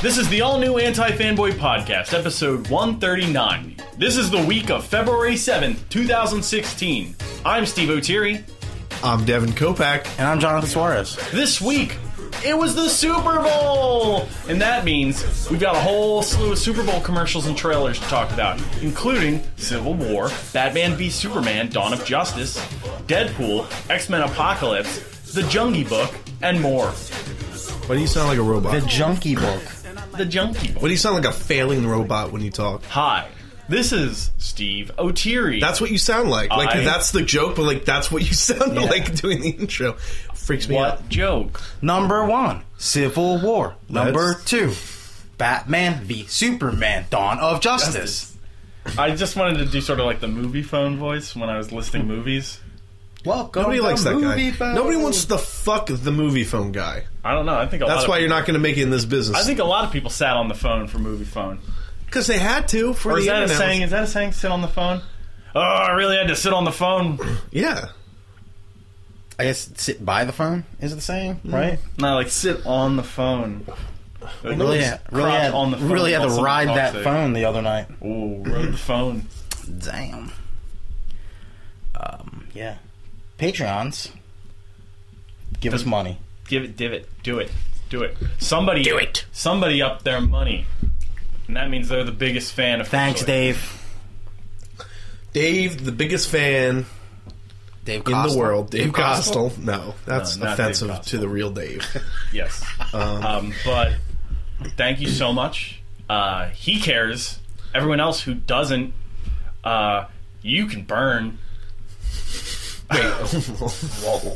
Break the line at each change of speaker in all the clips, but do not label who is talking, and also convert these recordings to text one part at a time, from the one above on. This is the all new Anti Fanboy Podcast, episode 139. This is the week of February 7th, 2016. I'm Steve O'Teary.
I'm Devin Kopak.
And I'm Jonathan Suarez.
This week, it was the Super Bowl! And that means we've got a whole slew of Super Bowl commercials and trailers to talk about, including Civil War, Batman v Superman, Dawn of Justice, Deadpool, X Men Apocalypse, The Jungie Book, and more.
Why do you sound like a robot?
The Junkie Book.
The Junkie Book.
Why do you sound like a failing robot when you talk?
Hi, this is Steve O'Teary.
That's what you sound like. Like
I-
that's the joke, but like that's what you sound
Yeah.
like doing the intro. Freaks me out.
what joke.
Number one, Civil War. Number
That's-
two, Batman v Superman: Dawn of Justice.
I just wanted to do sort of like the movie phone voice when I was listing movies.
Welcome.
Nobody
to
likes that guy.
movie phone.
Nobody wants the fuck the movie phone guy.
I don't know. I think a lot
That's
of
why
people,
you're not going to make it in this
Uh, I
business.
think a lot of people sat on the phone for movie phone.
Because they had to
Oh,
for
Or
the
is that a
internet.
saying? Is that a saying? Sit on the phone. Oh, I really had to sit on the phone.
Yeah.
I guess sit by the phone is the saying, right?
No, like sit on the phone. Like,
Really,
just
really
crouch
had,
on the phone
really had
while
to
someone
ride
talks
that
to you.
phone the other night.
Ooh, rode the phone.
Damn. Um, yeah. Patreons, give us money.
Give it, div it, do it, do it. Somebody, do it. Somebody up their money, and that means they're the biggest fan of.
Thanks, Dave.
Dave, the biggest fan
Dave
in the world. Dave,
Dave
Costel. No, that's
No, not Dave
offensive
Costell.
to the real Dave.
Yes. Um, but thank you so much. Uh, he cares. Everyone else who doesn't, uh, you can burn.
Whoa,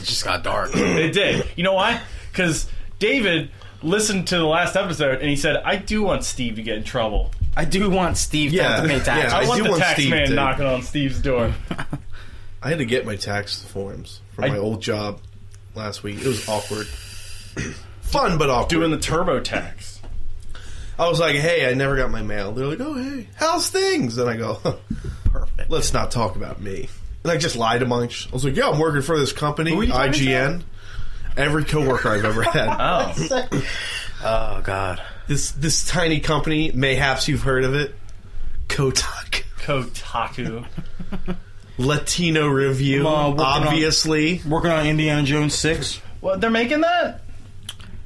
it just got dark.
It did. You know why? Because David listened to the last episode and he said, "I do want Steve to get in trouble.
I do want Steve to have to pay
Yeah,
taxes.
yeah,
I,
I
want
do
the
want
tax
Steve
man
to-
knocking on Steve's door."
I had to get my tax forms for
I-
my old job last week. It was awkward. Fun, but awkward.
Doing the TurboTax.
I was like, hey, I never got my mail. They're like, oh, hey, how's things? And I go, huh,
Perfect.
let's not talk about me. And I just lied to bunch. I was like, yeah, I'm working for this company,
are you talking
IGN. Every coworker I've ever had.
Oh,
Oh God.
this this tiny company, mayhaps you've heard of it, Kotak.
Kotaku.
Latino Review,
I'm, uh, working on-
obviously.
Working on Indiana Jones six.
Well, they're making that.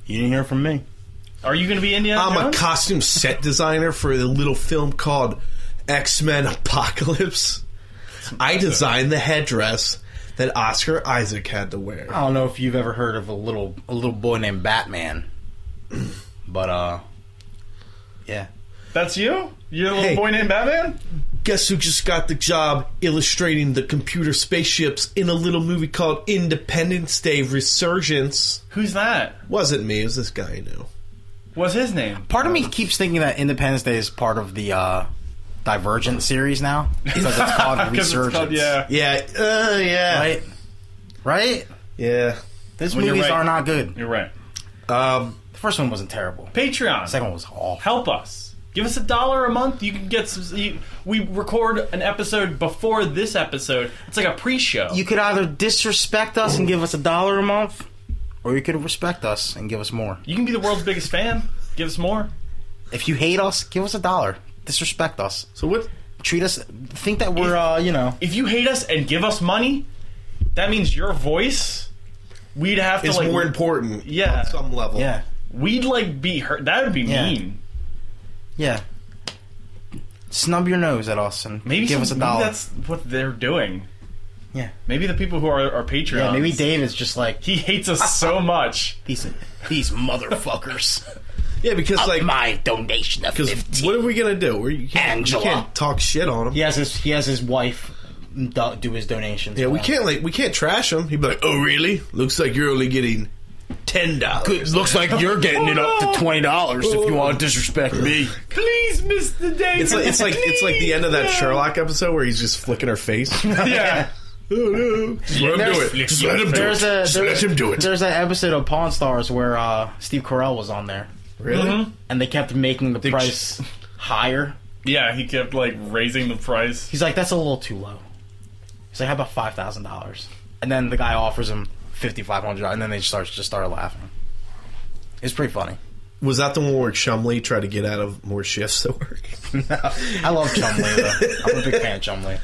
You didn't hear from me.
Are you going to be Indiana
I'm a
Jones?
costume set designer for the little film called X Men Apocalypse. I designed the headdress that Oscar Isaac had to wear.
I don't know if you've ever heard of a little a little boy named Batman, but uh, yeah.
That's you. You're a little
Hey.
boy named Batman.
Guess who just got the job illustrating the computer spaceships in a little movie called Independence Day Resurgence?
Who's that?
Wasn't me, it was this guy I knew.
What's his name?
Part of me keeps thinking that Independence Day is part of the uh, Divergent series now because it's called
'Cause it's called-
Resurgence.
yeah.
Yeah, uh, yeah.
Right. Right.
Yeah.
Those
Well, you're
movies
right.
are not good.
You're right.
Um,
The first one wasn't terrible.
Patreon.
The second one was awful.
Help us. Give us a dollar a month. You can get some. You, we record an episode before this episode. It's like a pre-show.
You could either disrespect us and give us a dollar a month, or you could respect us and give us more.
you can be the world's biggest fan. Give us more.
If you hate us, give us a dollar. Disrespect us.
so what?
Treat us. Think that we're, uh, you know.
If you hate us and give us money, that means your voice. We'd have to
It's
like.
more important
Yeah.
on some level.
Yeah.
We'd like be hurt. That would be
Yeah.
mean.
Yeah. Snub your nose at us and
Maybe
give
some-
us a
maybe
dollar.
that's what they're doing.
yeah.
Maybe the people who are our Patreons.
Yeah. Maybe David's just like
he hates us so much.
these these motherfuckers.
Yeah, because like,
My donation of
because
fifteen.
what are we gonna do? We're, you, can't, you
Angela.
can't talk shit on him.
he has his he has his wife do, do his donations.
Yeah,
for
we
him.
can't like we can't trash him. He'd be like, "Oh, really? Looks like you're only getting ten dollars."
Looks like you're getting it up
Oh,
to twenty dollars if you want to disrespect me.
Please, Mr. David.
It's like it's like it's like the end of that
please, no.
Sherlock episode where he's just flicking her face. oh,
Yeah.
no. Just let him do
There's-
it. Just let him do it.
There's a
Just
there's,
let him do it.
there's that episode of Pawn Stars where uh, Steve Carell was on there,
Really?
and they kept making the price higher.
Yeah, he kept like raising the price.
He's like, "That's a little too low." He's like, "How about five thousand dollars?" And then the guy offers him fifty five hundred, and then they start just start laughing. It's pretty funny.
Was that the one where Chumley tried to get out of more shifts to work?
I love Chumley. though. I'm a big fan of Chumley.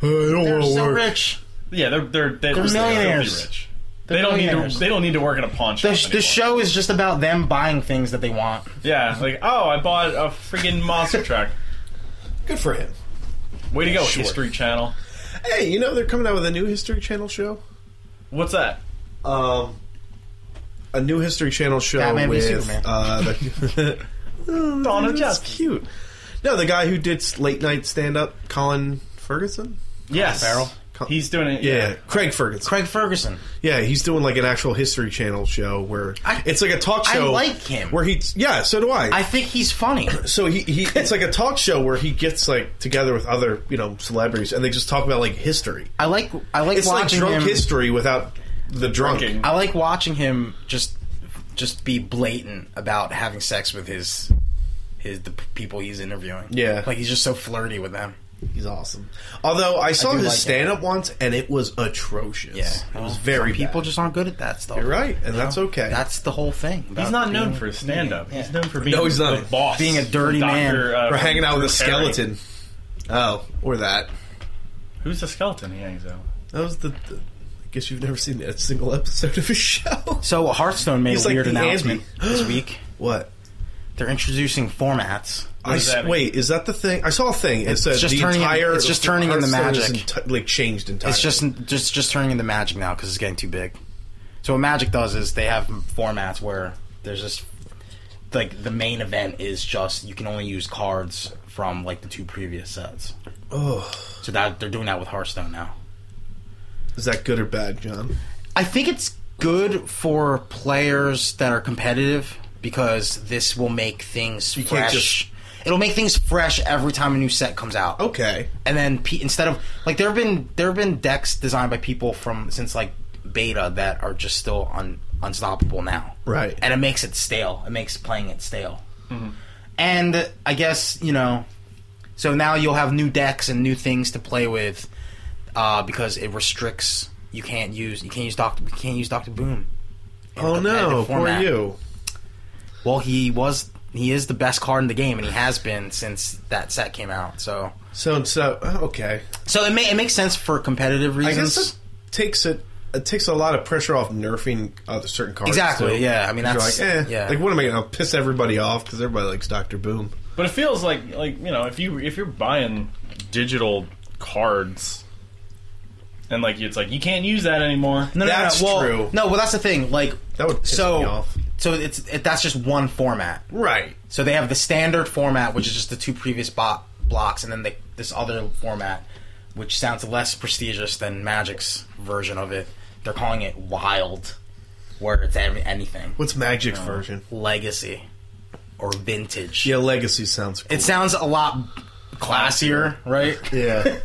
I don't
They're
want to
so
work.
rich.
Yeah, they're they're they're, they're
millionaires.
Rich.
They're
they don't need
millionaires.
to. They don't need to work in a pawn shop.
The, the
anymore.
show is just about them buying things that they want.
Yeah, like oh, I bought a freaking monster truck.
Good for him.
Way to go,
Sure.
History Channel.
Hey, you know they're coming out with a new History Channel show.
What's that?
Um, a new History Channel show
Batman v
with
Superman.
uh, the,
Dawn of
that's
Justice.
cute. No, the guy who did late night stand up, Colin Ferguson.
Yes,
Farrell?
He's doing it.
Yeah, Craig Ferguson.
Craig Ferguson.
Yeah, he's doing like an actual History Channel show where
I-
it's like a talk
I
show.
like him.
Where he, yeah, so do I.
I think he's funny.
so he, he, it's like a talk show where he gets like together with other you know celebrities and they just talk about like history.
I like I like
It's like
watching
drunk
him.
history without the drunk.
Drinking.
I like watching him just just be blatant about having sex with his his the p- people he's interviewing.
Yeah.
like he's just so flirty with them.
He's awesome. Although I saw
do
his
like him.
stand up once and it was atrocious.
Yeah,
it was very
people
bad.
just aren't good at that stuff.
You're right, and that's okay.
That's the whole thing.
He's
about
not known
being-
for his stand up.
Yeah.
He's known for being
No, he's not.
the boss.
Being a dirty man.
Dr., Uh,
We're hanging out with a
Harry.
skeleton. Oh, or that.
Who's the skeleton he hangs out with?
That was the. the I guess you've never seen a single episode of his show.
So Hearthstone made
He's
a
like
weird
the
announcement
Andy.
this week.
What?
They're introducing formats.
I
does
s-
that mean?
wait, is that the thing? I saw a thing. It said
just
the
turning in-
entire.
it's just turning into
Hearthstone is
magic.
enti- like changed entirely.
It's just just just turning into Magic now because it's getting too big. So what Magic does is they have formats where there's just like the main event is just you can only use cards from like the two previous sets.
Oh,
So that they're doing that with Hearthstone now.
is that good or bad, John?
I think it's good for players that are competitive because this will make things
can't
fresh. It'll make things fresh every time a new set comes out.
Okay.
and then pe- instead of like there have been there have been decks designed by people from since like beta that are just still un, unstoppable now
Right.
and it makes it stale it makes playing it stale and i guess you know so now you'll have new decks and new things to play with uh, because it restricts you can't use you can't use doctor you can't use doctor boom in a
oh
competitive
no, poor
format.
you.
well he was he is the best card in the game and he has been since that set came out so
So and so. oh, Okay.
so it, may, it makes sense for competitive
I
reasons
guess it takes it. It takes a lot of pressure off nerfing uh, certain cards.
Exactly,
too.
yeah. I mean,
'Cause
that's-
you're like, eh,
yeah.
Like, what am I going to piss everybody off because everybody likes Doctor Boom?
But it feels like like you know if you if you're buying digital cards and like it's like you can't use that anymore.
No, no,
That's
no, well,
true.
No, well, that's the thing. Like
That would piss
so
me off.
so it's it, that's just one format.
Right.
So they have the standard format, which is just the two previous bo- blocks, and then the, this other format, which sounds less prestigious than Magic's version of it. They're calling it Wild, where it's every, anything
What's Magic's version?
Legacy or Vintage.
Yeah, Legacy sounds. Cool.
It sounds a lot classier, right?
yeah.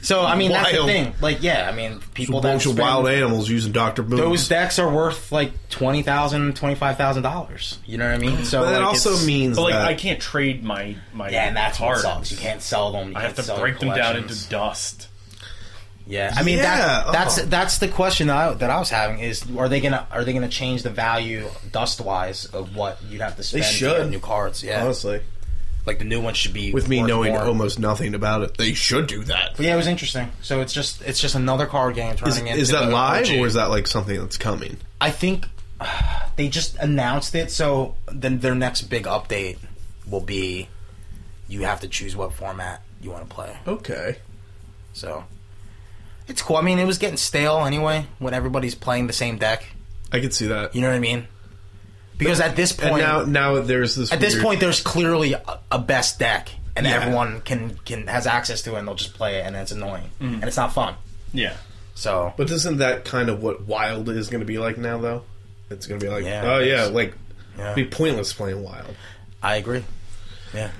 So I mean, that's the
Wild.
thing. Like, yeah, I mean, people that
bunch of
spend-
wild animals using Doctor Boom.
those decks are worth like twenty thousand, twenty five thousand dollars. You know what I mean? So
but that
like,
also
it's-
means
But like
that
I can't trade my my
yeah, and that's
cards.
what sucks. You can't sell them. You
I have
can't
to
sell
break them
your
down
collections.
into dust.
Yeah, I mean
Yeah,
that, that's
oh.
that's the question that I, that I was having is are they gonna are they gonna change the value dust wise of what you'd have to spend to
should.
get new cards? Yeah,
honestly,
like the new one should be
with me
worth
knowing oh
more.
almost nothing about it, they should do that.
But yeah, it was interesting. So it's just it's just another card game
Is,
turning into
is that
an
live
OG.
or is that like something that's coming?
I think they just announced it, so then their next big update will be you have to choose what format you want to play.
Okay.
So it's cool. I mean, it was getting stale anyway when everybody's playing the same deck.
I can see that.
You know what I mean? Because at this
and
point,
now, now there's this.
at this
weird-
point, there's clearly a, a best deck, and
Yeah.
everyone can can has access to it, and they'll just play it, and it's annoying
Mm.
and it's not fun.
Yeah.
So
But isn't that kind of what Wild is going to be like now, though? It's going to be like,
Yeah,
oh
I
yeah,
guess. Eh,
like
yeah,
it'd be pointless playing Wild.
I agree. Yeah,
Eh,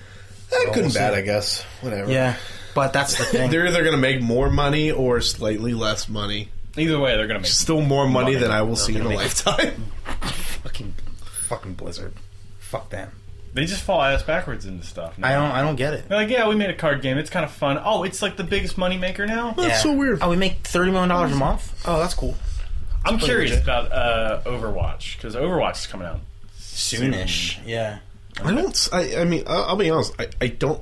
good
we'll
and bad,
see.
I guess. Whatever.
yeah, but that's the thing.
They're either going to make more money or slightly less money.
Either way, they're gonna make.
Still more money,
Money.
than I will see in a
They're gonna
lifetime.
fucking fucking blizzard. Fuck them.
They just fall ass backwards into stuff.
I don't I don't get it.
They're like, yeah, we made a card game. It's kind of fun. Oh, it's like the biggest moneymaker now.
That's so weird.
Oh, we make thirty million dollars a month. Oh, that's cool.
I'm
pretty
curious
legit.
about uh, Overwatch because Overwatch is coming out
soonish. Yeah.
I don't. s- I, I mean, I'll, I'll be honest. I, I don't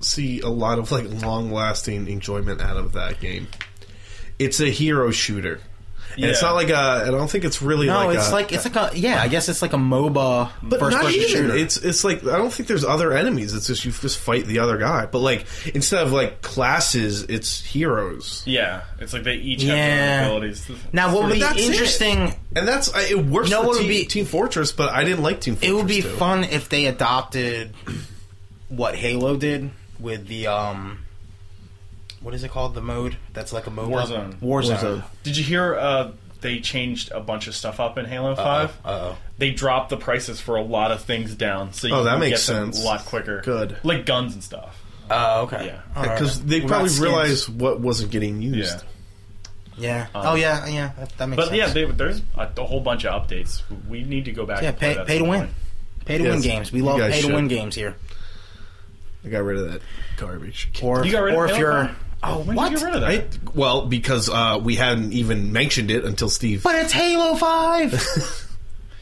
see a lot of like long lasting enjoyment out of that game. It's a hero shooter. And it's
Yeah.
not like a. I don't think it's really.
No,
like
it's
a,
like it's like a yeah. I guess it's like a MOBA
But
first
not
person
even.
shooter.
It's it's like I don't think there's other enemies. It's just you just fight the other guy. But like instead of like classes, it's heroes,
Yeah, it's like they each
Yeah.
have their own abilities.
now, what
Sort
would
of-
be
that's it.
interesting?
and that's I, it works.
No,
for
it would
Team,
be-
Team Fortress, but I didn't like Team Fortress.
It would be
2.
fun if they adopted what Halo did with the um, what is it called? The mode that's like a MOBA
Warzone.
Warzone.
Warzone.
Did you hear? Uh, they changed a bunch of stuff up in Halo
Uh
Five.
oh.
They dropped the prices for a lot of things down, so you
Oh, that
can
makes
get them
sense.
a lot quicker.
Good.
like guns and stuff.
Oh okay.
Yeah.
All right.
because they
What about
probably
skins?
realized what wasn't getting used.
Yeah.
Yeah.
Uh,
oh yeah. Yeah. That, that makes
But
sense.
yeah, they, there's a, a whole bunch of updates. We need to go back.
Yeah,
and play
pay,
that
pay to win.
sometime.
Pay to win
Yes,
games. We
you
love
guys
pay to win
should.
games here.
I got rid of that garbage.
Or,
You got rid
or
of
if
Halo
you're.
Five?
Oh,
When
what?
did you get rid of that?
I, well, because uh, we hadn't even mentioned it until Steve.
But it's Halo 5!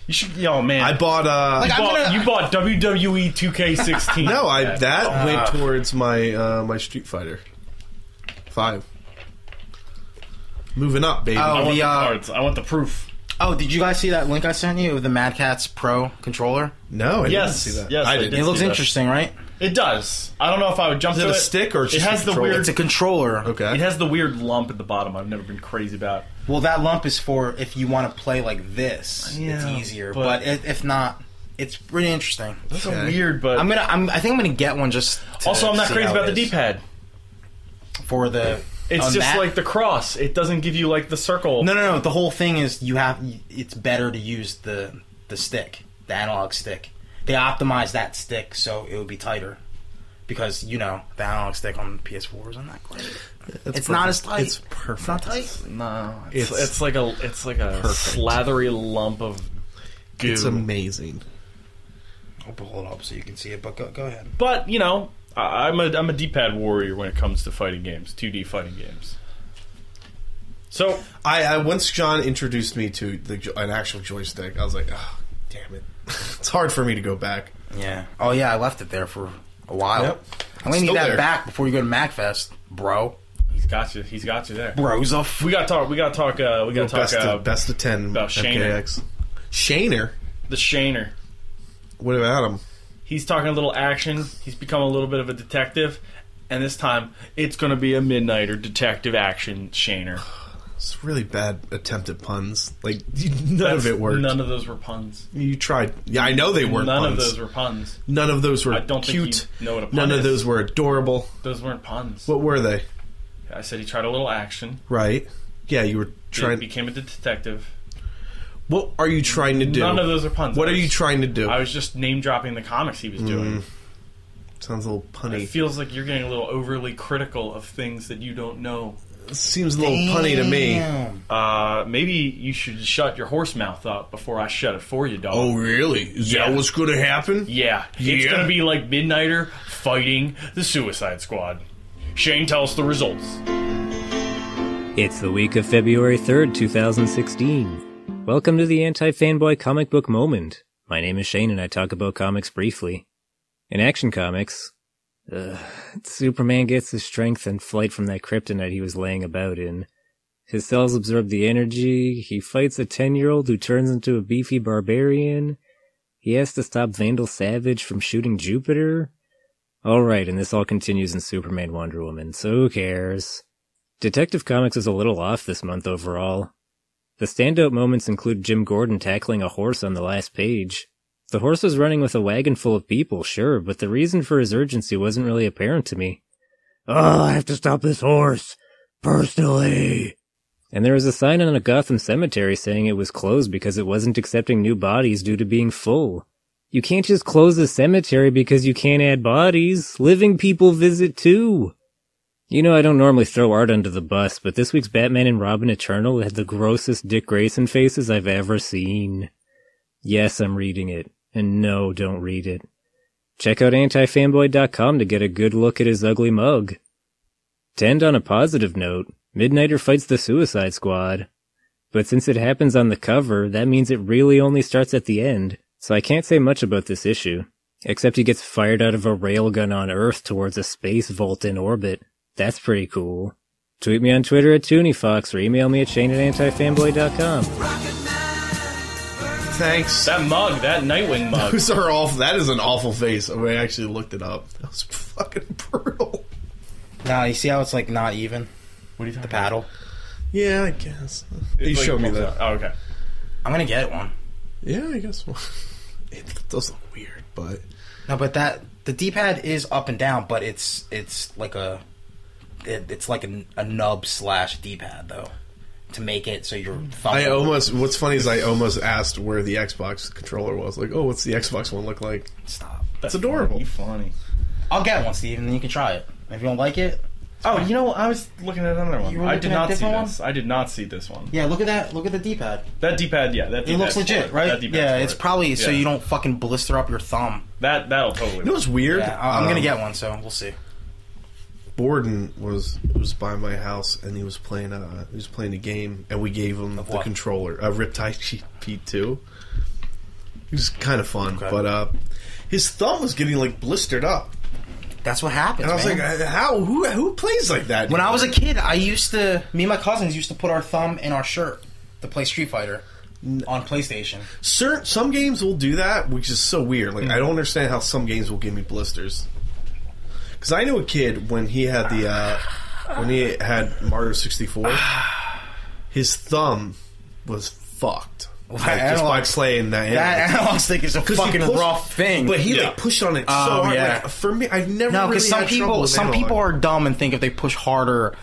You should. Yo, man.
I bought. Uh,
Like,
you,
I'm
bought
gonna-
you bought E WWE 2K16.
no, I
Yeah. Ah.
that went towards my uh, my Street Fighter Five. Moving up, baby.
I
Oh.
want
The,
the,
uh,
cards. I want the proof.
Oh, did you guys see that link I sent you of the Mad Cats Pro controller?
No, I
Yes,
didn't see that.
yes,
I
I
didn't.
did.
It
Let's
looks
do that.
interesting, right?
It does. I don't know if I would jump
Is it
to
a
it.
stick or it's
it
just a
has the
controller?
weird.
It's a controller.
Okay.
It has the weird lump at the bottom. I've never been crazy about.
Well, that lump is for if you want to play like this. it's
Yeah,
easier,
but-
but, i if not, it's pretty interesting.
It's
Okay.
weird, but
I'm gonna. I'm, I think I'm gonna get one just. to
also I'm not
see
crazy
how it
about the
is.
D-pad.
for the.
It's
on
just
that-
like the cross. It doesn't give you like the circle.
No, no, no. The whole thing is you have. It's better to use the the stick, the analog stick. They optimize that stick so it would be tighter, because you know the analog stick on PS4 isn't that great. It's, not
perfect.
as tight.
It's perfect.
It's not tight.
no. It's,
It's-
it's like a it's like a slathery lump of goo.
It's amazing.
I'll pull it up so you can see it. But go, go ahead.
but you know, I, I'm a I'm a D-pad warrior when it comes to fighting games, 2D fighting games. So
I, I once John introduced me to the, jo- an actual joystick. I was like, oh, damn it, it's hard for me to go back.
Yeah. Oh yeah, I left it there for a while.
Yep.
I'm gonna
Still
need that
there.
back before you go to MacFest, bro.
he's got you. He's got you there.
Bro's a f-
We gotta talk. We gotta talk. Uh, we gotta talk
best,
uh,
of, best of ten
about Shaner.
FKX. Shaner,
the Shaner.
what about him?
He's talking a little action. He's become a little bit of a detective, and this time it's going to be a midnighter detective action Shaner.
It's really bad attempt at puns. Like none
That's-
of it worked.
None of those were puns.
you tried. Yeah, I know they weren't.
none
puns.
of those were puns.
None of those were
I don't think
cute.
you know what a pun
none of
is.
those were adorable.
Those weren't puns.
What were they?
I said he tried a little action.
Right? Yeah, you were
He
trying.
became a detective.
what are you trying to do?
None of those are puns.
What
I
are you
was-
trying to do?
I was just name dropping the comics he was
Mm.
doing.
Sounds a little punny.
It feels like you're getting a little overly critical of things that you don't know.
Seems a little punny to me.
Damn.
Uh, maybe you should shut your horse mouth up before I shut it for you, dog.
Oh,
Oh, really? Is
Yeah.
going to happen?
Yeah, it's
Yeah.
gonna be like Midnighter fighting the Suicide Squad. Shane, tell us the results.
It's the week of February 3rd, 2016. Welcome to the Anti Fanboy Comic Book Moment. My name is Shane and I talk about comics briefly. In Action Comics, ugh, Superman gets his strength and flight from that kryptonite he was laying about in. His cells absorb the energy, he fights a 10 year old who turns into a beefy barbarian, he has to stop Vandal Savage from shooting Jupiter. Alright, and this all continues in Superman Wonder Woman, so who cares? Detective Comics is a little off this month overall. The standout moments include Jim Gordon tackling a horse on the last page. The horse was running with a wagon full of people, sure, but the reason for his urgency wasn't really apparent to me. Oh, I have to stop this horse! Personally! And there was a sign on a Gotham cemetery saying it was closed because it wasn't accepting new bodies due to being full. You can't just close a cemetery because you can't add bodies. Living people visit too. You know, I don't normally throw art under the bus, but this week's Batman and Robin Eternal had the grossest Dick Grayson faces I've ever seen. Yes, I'm reading it. And no, don't read it. Check out antifanboy.com to get a good look at his ugly mug. To end on a positive note, Midnighter fights the Suicide Squad. But since it happens on the cover, that means it really only starts at the end, so I can't say much about this issue, except he gets fired out of a railgun on Earth towards a space vault in orbit. That's pretty cool. Tweet me on Twitter at ToonieFox or email me at Shane at AntiFanboy.com.
Thanks.
That mug, that Nightwing mug.
Those are awful. That is an awful face. Oh, I, mean, I actually looked it up. That was fucking brutal.
Nah, you see how it's like not even?
What do you think?
The paddle?
Yeah, I guess. you showed me that.
Oh, okay.
I'm gonna get one.
Yeah, I guess. Well, it does look weird, but
No, but that the D-pad is up and down, but it's it's like a it, it's like a, a nub slash D-pad though to make it so you're.
I almost. What's funny is I almost asked where the Xbox controller was. Like, oh, what's the Xbox one look like?
stop.
That's
adorable.
Funny. funny.
I'll get one, Steve, and then you can try it. If you don't like it,
Oh, you know, I was looking at another one.
You were
I
looking
did
at a
not see
different
this. I did not see this one.
yeah, look at that. Look at the D-pad.
That D-pad, yeah, that
It
D-pad's
looks legit,
for it.
right?
That D-pad's
Yeah,
for
it's
it.
probably so
Yeah.
you don't fucking blister up your thumb.
That that'll totally.
You know what's weird?
Yeah, I- I'm gonna
Um,
get one, so we'll see.
Borden was was by my house and he was playing uh he was playing a game and we gave him the
what?
controller a uh, Riptide P two. It was kind of fun,
Okay.
but uh, his thumb was getting like blistered up,
That's what happens.
and I was
man.
like, "How? Who? Who plays like that?"
when I was a kid, I used to me and my cousins used to put our thumb in our shirt to play Street Fighter on PlayStation.
Certain, some games will do that, which is so weird.
Mm.
Like I don't understand how some games will give me blisters. Because I knew a kid when he had the uh, when he had Mario sixty four, his thumb was fucked. Like, just by
analog-
playing that,
That
analog-
analog stick is a
'Cause he
fucking
pushed-
rough thing.
But he
Yeah.
like pushed on it so
Oh,
hard.
yeah.
Like, for me, I've never
no,
really
because some
had trouble
people
with
some
analog.
people are dumb and think if they push harder.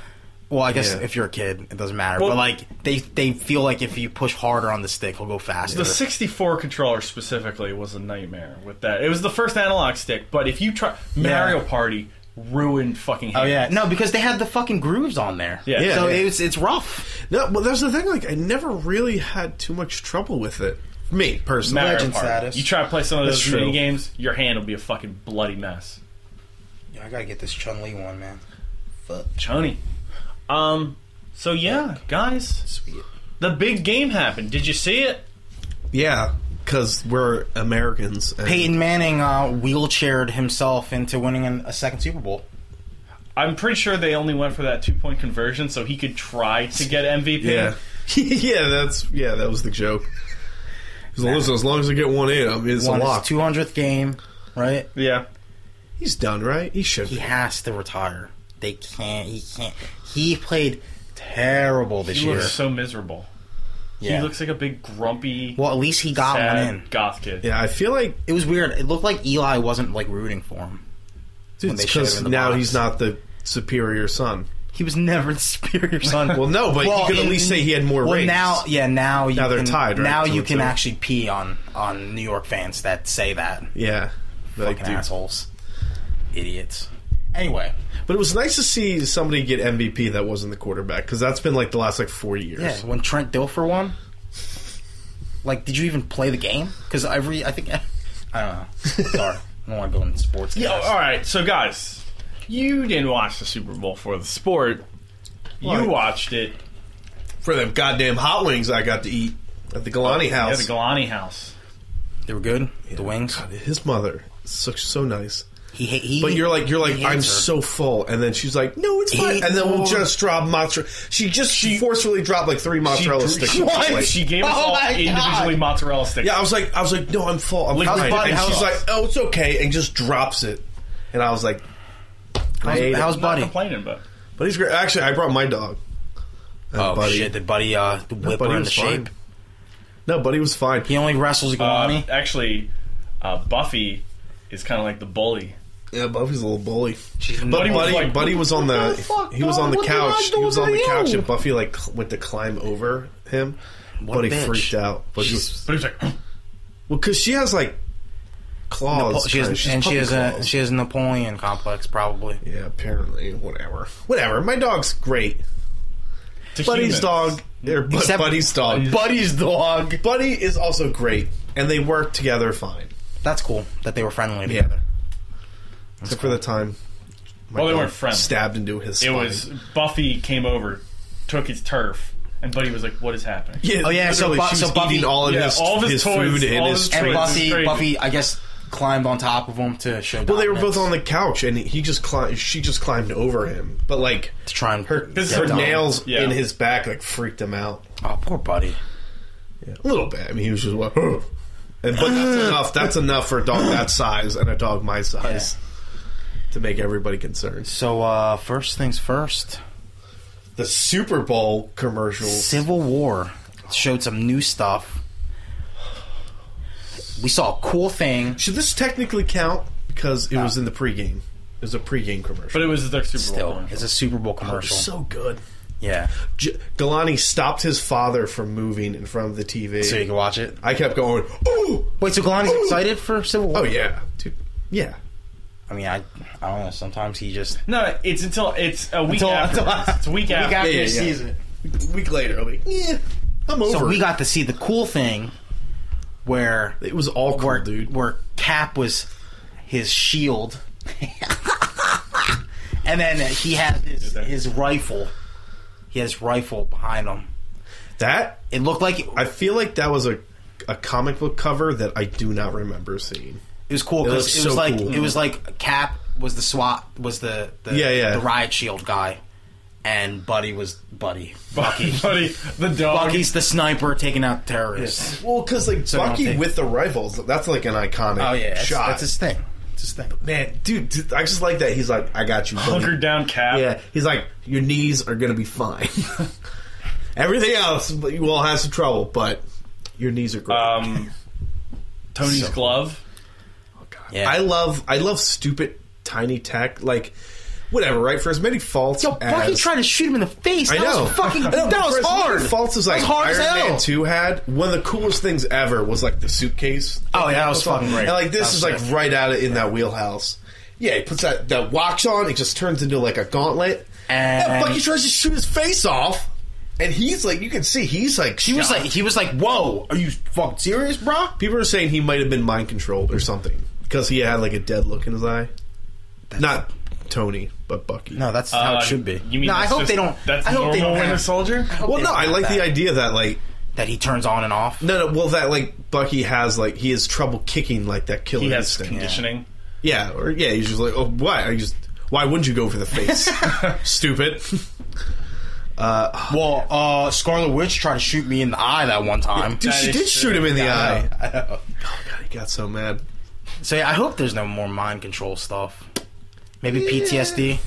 Well, I guess
Yeah.
if you're a kid, it doesn't matter.
Well-
but like they they feel like if you push harder on the stick, it'll go faster.
The 64 controller specifically was a nightmare with that. It was the first analog stick, but if you try Mario Party ruined fucking.
oh
hands.
yeah, no, because they had the fucking grooves on there.
Yeah. Yeah,
so
yeah.
it's it's rough.
No, well, there's the thing. Like I never really had too much trouble with it. Me personally,
Mario
Legend
Party.
status.
You try to play some of
That's
those
true.
mini games, your hand will be a fucking bloody mess.
Yeah, I gotta get this Chun Li one, man. Fuck,
Chony. Um. So yeah, guys,
sweet.
the big game happened. Did you see it?
yeah, because we're Americans. And
Peyton Manning uh, wheelchaired himself into winning an, a second Super Bowl.
I'm pretty sure they only went for that two point conversion so he could try to get MVP.
Yeah. yeah, that's yeah, that was the joke. As long as, as long as I get one in, I mean, it's
Won
a
his
lock.
200th game, right?
Yeah.
He's done, right? He should.
He
Be.
has to retire. They can't. He can't. He played terrible this
He
year.
looks so miserable.
Yeah.
He looks like a big grumpy,
well, at least he got
sad
one in.
goth kid.
Yeah, I feel like
It was weird. It looked like Eli wasn't like rooting for him. When they showed him
because
in the
now
box.
he's not the superior son.
He was never the superior son.
Well, no, but you could at
in-
least say he had more
Well,
rings.
now, yeah, now you
Now they're
can,
tied, right?
Now
Two
you
and
can
two.
actually pee on on New York fans that say that.
Yeah, like,
Fucking
dude.
assholes, idiots. Anyway,
But it was nice to see somebody get MVP that wasn't the quarterback because that's been like the last like four years.
Yeah, when Trent Dilfer won, like, did you even play the game? Because every, I think, I don't know. Sorry, I don't want to go in sports.
Yeah,
cast.
Oh, all right. So, guys, you didn't watch the Super Bowl for the sport.
Why?
You watched it
For them goddamn hot wings I got to eat at the
Oh,
Galani
at
house.
the Galani house.
they were good. The wings.
His mother, so, so nice.
He, ha- he.
But you're like, you're like,
he
I'm
hates her.
so full, and then she's like, no, it's fine,
Eat
and then we'll
more.
just drop mozzarella. She just forcefully dropped like three mozzarella
drew-
sticks.
she,
on my plate.
she gave us
Oh
all
my God.
individually mozzarella sticks.
yeah, I was like, I was like, no, I'm full, I'm
Liquid
fine.
body
And
sauce.
she's like, oh, it's okay, and just drops it, and I was like, I ate
How's,
it.
how's
I'm not
Buddy?
complaining, but
but he's great. Actually, I brought my dog. And
Oh shit! Did Buddy uh,
Buddy
whip her into
was fine.
shape?
No, buddy was fine.
He only wrestles
uh,
Galani.
actually, uh, Buffy is kind of like the bully.
Yeah, Buffy's a little bully.
Buddy
But Buddy,
was
Buddy,
like,
was on the,
the fuck,
he was
dog?
on the
What did I
couch.
do
He was on
to
the
you?
couch, and Buffy like cl- went to climb over him.
What a
Buddy
bitch.
freaked out. But he was-
But he's like,
Well, because she has like claws.
Napo- she has,
kinda. She's
and she
puppy
has a
claws.
she has a Napoleon complex probably.
yeah, apparently, whatever, whatever. My dog's great.
to
Buddy's
humans.
dog, or bu-
Except-
Buddy's dog.
Buddy's dog.
Buddy is also great, and they work together fine,
That's cool that they were friendly
Yeah.
together.
except for the time. My
Well, Oh, they
dog
weren't friends.
Stabbed into his.
It
spine.
was Buffy came over, took his turf, And Buddy was like, "What is happening?"
Yeah,
Oh, yeah, so
literally,
Bu-
she was
so Buffy-
eating all of
yeah,
his,
all of his toys,
food and
all
his
his
and
toys.
drinks.
Crazy.
Buffy, Buffy, I guess climbed on top of him to show.
Well, they were
dominance.
both on the couch, and he just climbed. She just climbed over him, but like
to try and
her,
This is
her
her dog.
nails
Yeah.
in his back like freaked him out
Oh, poor buddy.
a little bit. I mean, he was just like, "Ugh." and, but that's enough. That's enough for a dog that size and a dog my size to make everybody concerned.
So uh, first things first,
The Super Bowl commercials.
Civil War showed some new stuff. We saw a cool thing.
Should this technically count because it was in the pregame? It was a pregame commercial.
But it was their Super Bowl.
Still,
commercial.
it's a Super Bowl
It was
commercial.
so good.
yeah,
J- Galani stopped his father from moving in front of the TV.
so you can watch it.
I kept going. Oh,
Wait, so Galani's excited for Civil War?
oh yeah, dude, yeah.
I mean, I, I don't know. Sometimes he just
No, it's until it's a week
Until-
after.
until-
it's a week after.
after. he sees
it.
week later, I'm like, yeah, I'm over.
So we
it."
got to see the cool thing where
it was all cool,
where,
dude.
where Cap was his shield, and then he had his, his rifle. He had his rifle behind him.
That
It looked like it,
I feel like that was a a comic book cover that I do not remember seeing.
it was cool because
looks
it was
so
like
cool.
it was like Cap was the SWAT was the, the
Yeah, yeah.
the riot shield guy, and Buddy was Buddy.
Bucky, buddy, the dog.
Bucky's the sniper taking out terrorists.
Well, because like
I don't
Bucky
think-
with the rifles, that's like an iconic
Oh yeah, that's,
shot.
that's his thing. That's his thing.
Man, dude, dude, I just like that. He's like, I got you. buddy."
hunkered down cap.
Yeah, he's like, your knees are gonna be fine. Everything else, but you will have some trouble, but your knees are great.
Um, Tony's glove.
Yeah.
I love, I love stupid tiny tech, like whatever. Right for as many faults.
Yo, Bucky
as-
tried Oh, to shoot him in the face.
I
that
know.
was fucking.
I know,
that was
for as many
hard.
Faults as like
was hard as
Iron
hell.
Man Two had. One of the coolest things ever was like the suitcase.
Oh, yeah, that was fucking great.
And like
That
this
was
is like
sick.
right out of in that wheelhouse. Yeah, he puts that that watch on. It just turns into like a gauntlet.
And-
yeah, Bucky tries to shoot his face off, and he's like, you can see he's like,
He was like, he was like, "Whoa, are you fucking serious, bro?"
people are saying he might have been mind controlled or something because he had like a dead look in his eye. Not Tony, but Bucky.
No, that's how
Uh,
it should be.
You mean
no, I
that's
hope
just-
they don't.
That's
I hope
normal
they don't
in
have,
a soldier.
I hope
Well,
they
no,
don't
I
have
like
that,
the idea that like
that he turns on and off.
No, no. Well, that like Bucky has like he has trouble kicking like that killer
He has
instinct.
conditioning.
Yeah, or yeah, he's just like, oh, why? I just why wouldn't you go for the face? Stupid.
Well, uh, Scarlet Witch tried to shoot me in the eye that one time.
Dude,
That
she
is
did
true.
shoot him in the
I
eye. Oh,
know, I know.
God, he got so mad.
So yeah, I hope there's no more mind control stuff. Maybe PTSD.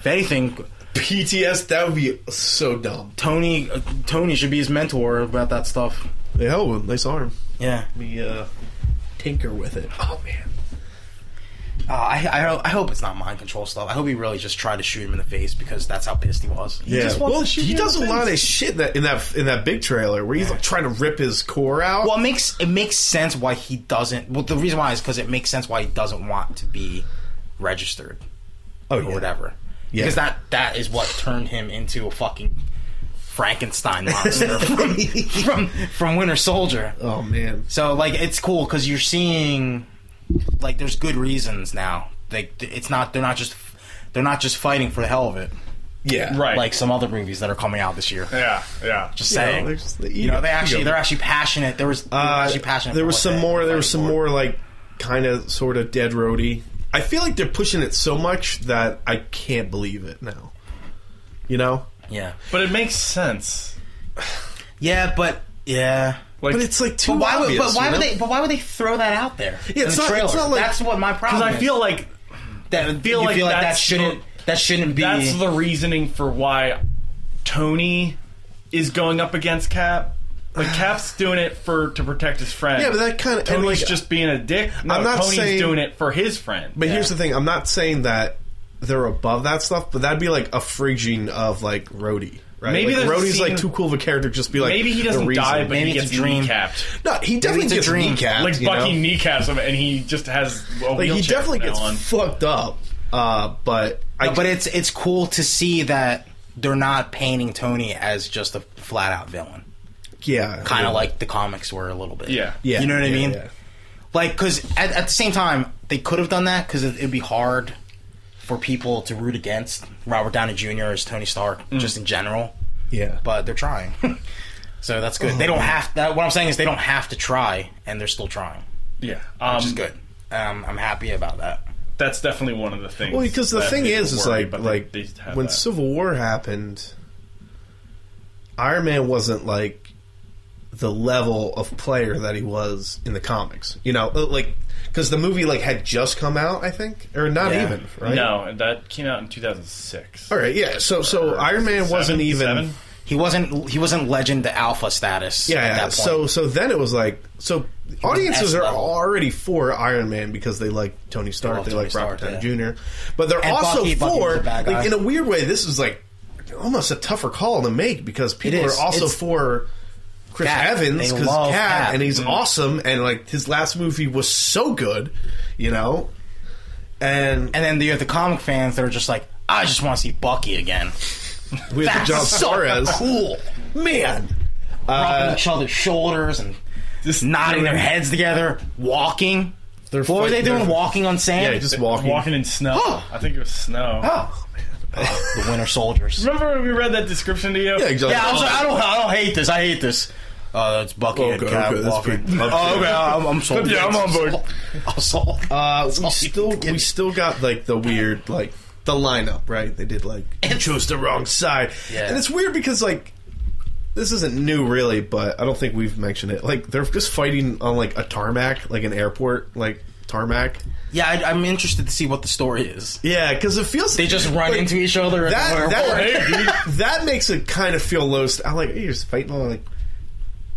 If anything,
PTS. That would be so dumb.
Tony uh, Tony should be his mentor about that stuff.
They held him. Nice arm.
Yeah.
We uh, tinker with it. Oh man.
Uh, I, I ho- I hope it's not mind control stuff. I hope he really just tried to shoot him in the face because that's how pissed he was.
Yeah.
just wants
well,
to shoot
he
you in
does
the
a lot
face.
of shit that in that in that big trailer where he's like trying to rip his core out.
Well, it makes it makes sense why he doesn't. Well, the reason why is because it makes sense why he doesn't want to be registered
oh
or whatever.
Yeah.
Because that that is what turned him into a fucking Frankenstein monster from, from from Winter Soldier.
Oh man.
So like it's cool because you're seeing like there's good reasons now. Like it's not they're not just they're not just fighting for the hell of it.
Yeah.
Right.
Like some other movies that are coming out this year.
yeah, yeah.
Just
You know,
saying.
they're just-
you know, they actually
ego.
they're actually passionate. There was they were
Uh,
actually passionate.
There
for
was
what
some
they-
more. There was some
for.
more like kind of sort of dead roady. I feel like they're pushing it so much that I can't believe it now. You know,
Yeah.
But it makes sense.
Yeah, but yeah.
Like,
but it's like too.
But why would
obvious,
but why
you
would
know?
they but why would they throw that out there? in
it's
the
not-
trailer?
it's not like-
that's what my problem.
because I
is.
feel like
that
feel
you
like
feel like that
that's
shouldn't that shouldn't be
that's the reasoning for why Tony is going up against Cap. Like Cap's doing it for to protect his friend.
Yeah, but that kind of.
Tony's
like,
just being a dick. No,
I'm not
Tony's
saying-
doing it for his friend.
But here's the thing: I'm not saying that they're above that stuff, but that'd be like a fridging of like roadie. Right?
Maybe
like,
there's a
Rhodey's like
scene-
too cool of a character. to Just be like
maybe he
the
doesn't
reason.
die, but
Maybe
he
it's
gets
a dream.
kneecapped.
no, he definitely
it's a
gets
dream.
kneecapped.
Like
you know?
Bucky kneecaps him, and he just has a
Like
wheelchair
he definitely
from
gets
now on.
fucked up. Uh, but I,
but it's it's cool to see that they're not painting Tony as just a flat out villain.
yeah,
Kind
yeah.
of like the comics were a little bit.
Yeah.
Yeah,
You know what I
yeah,
mean?
yeah.
Like, because at, at the same time, they could have done that because it, it'd be hard
Mm.
for people to root against Robert Downey Jr. as Tony Stark, just in general.
Yeah.
but they're trying. so that's
Oh,
good. They don't have that. What I'm saying is they don't have to try, and they're still trying,
Yeah, um,
which is good. Um, I'm happy about that.
That's definitely one of the things.
Well, because the
that
thing
people
is, is
worry,
like
but they-
like
they have
when
that.
Civil War happened, Iron Man wasn't like the level of player that he was in the comics. You know, uh, like because the movie like had just come out, I think, or not
Yeah.
even right.
no, that came out in 2006.
All right, yeah. So so Iron Man was
Uh, Seven?
wasn't even.
Seven?
He wasn't he wasn't legend to alpha status.
Yeah.
at that point.
So so then it was like so audiences
S
are
level.
already for Iron Man because they like Tony Stark,
love
they,
Tony
like Robert
Stark,
Downey Jr. But they're
And
also
Bucky- Bucky was
for
a bad guy.
like in a weird way. This is like almost a tougher call to make because people
is.
are also
It's-
for. Chris
Cap.
Evans
They
because
love
Cap,
Cap. Mm-hmm.
and he's awesome and like his last movie was so good, you know, and,
and then you have the comic fans that are just like, I just want to see Bucky again.
with
That's
John
so
Suarez,
cool.
man, Uh,
Rubbing each other's shoulders and just nodding their heads together, walking.
They're
what were they
fighting-
doing? Walking on sand?
yeah, just walking,
Walking in snow. I think it was snow.
Ah.
oh. the Winter Soldiers.
Remember when we read that description to you?
Yeah, John
Yeah, I'm sorry. I don't. I don't hate this. I hate this. Oh, that's Bucky and
Okay,
Cap
okay, that's
walking.
pretty-
oh, okay. I'm, I'm sold.
Yeah, I'm on board.
sold. I'm sold.
Uh, we
all you
still
can get.
we still got like the weird like the lineup, right? They did like you chose the wrong side,
Yeah.
and it's weird because like this isn't new really, but I don't think we've mentioned it. Like they're just fighting on like a tarmac, like an airport, like tarmac.
yeah, I, I'm interested to see what the story is.
Yeah, because it feels
They just run
like,
into each other. and
that.
we're-
That, that makes it kind of feel low. st- I'm like hey, you're just fighting on like.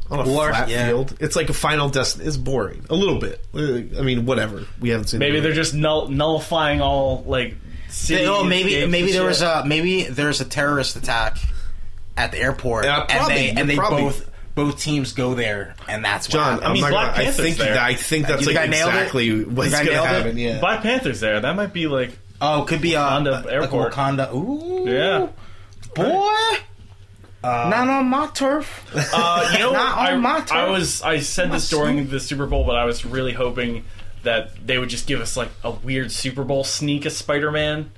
On a
War,
flat
yeah.
field, it's like a final destin. It's boring a little bit. Uh, I mean, whatever. We haven't seen. the
Maybe
movie.
they're just null- nullifying all like. Cities,
oh, maybe
gates
maybe
and
there
shit.
was a maybe there's a terrorist attack at the airport,
Yeah,
and
probably,
they and they
probably.
both both teams go there, and that's
John,
what
I
mean,
am not
Black
gonna, I
Panther's
think
there.
that, I think that's
You
like
think I nailed it?
exactly
You
what's
think
going
I
to
nailed it?
happen. Yeah.
Black Panther's there. That might be like.
oh, it could be a
Wakanda
like
airport.
Wakanda. Ooh,
Yeah.
boy, not on my turf.
Uh, you know,
Not on
I,
my turf.
I was I said this during the Super Bowl, but I was really hoping that they would just give us like a weird Super Bowl sneak of Spider-Man.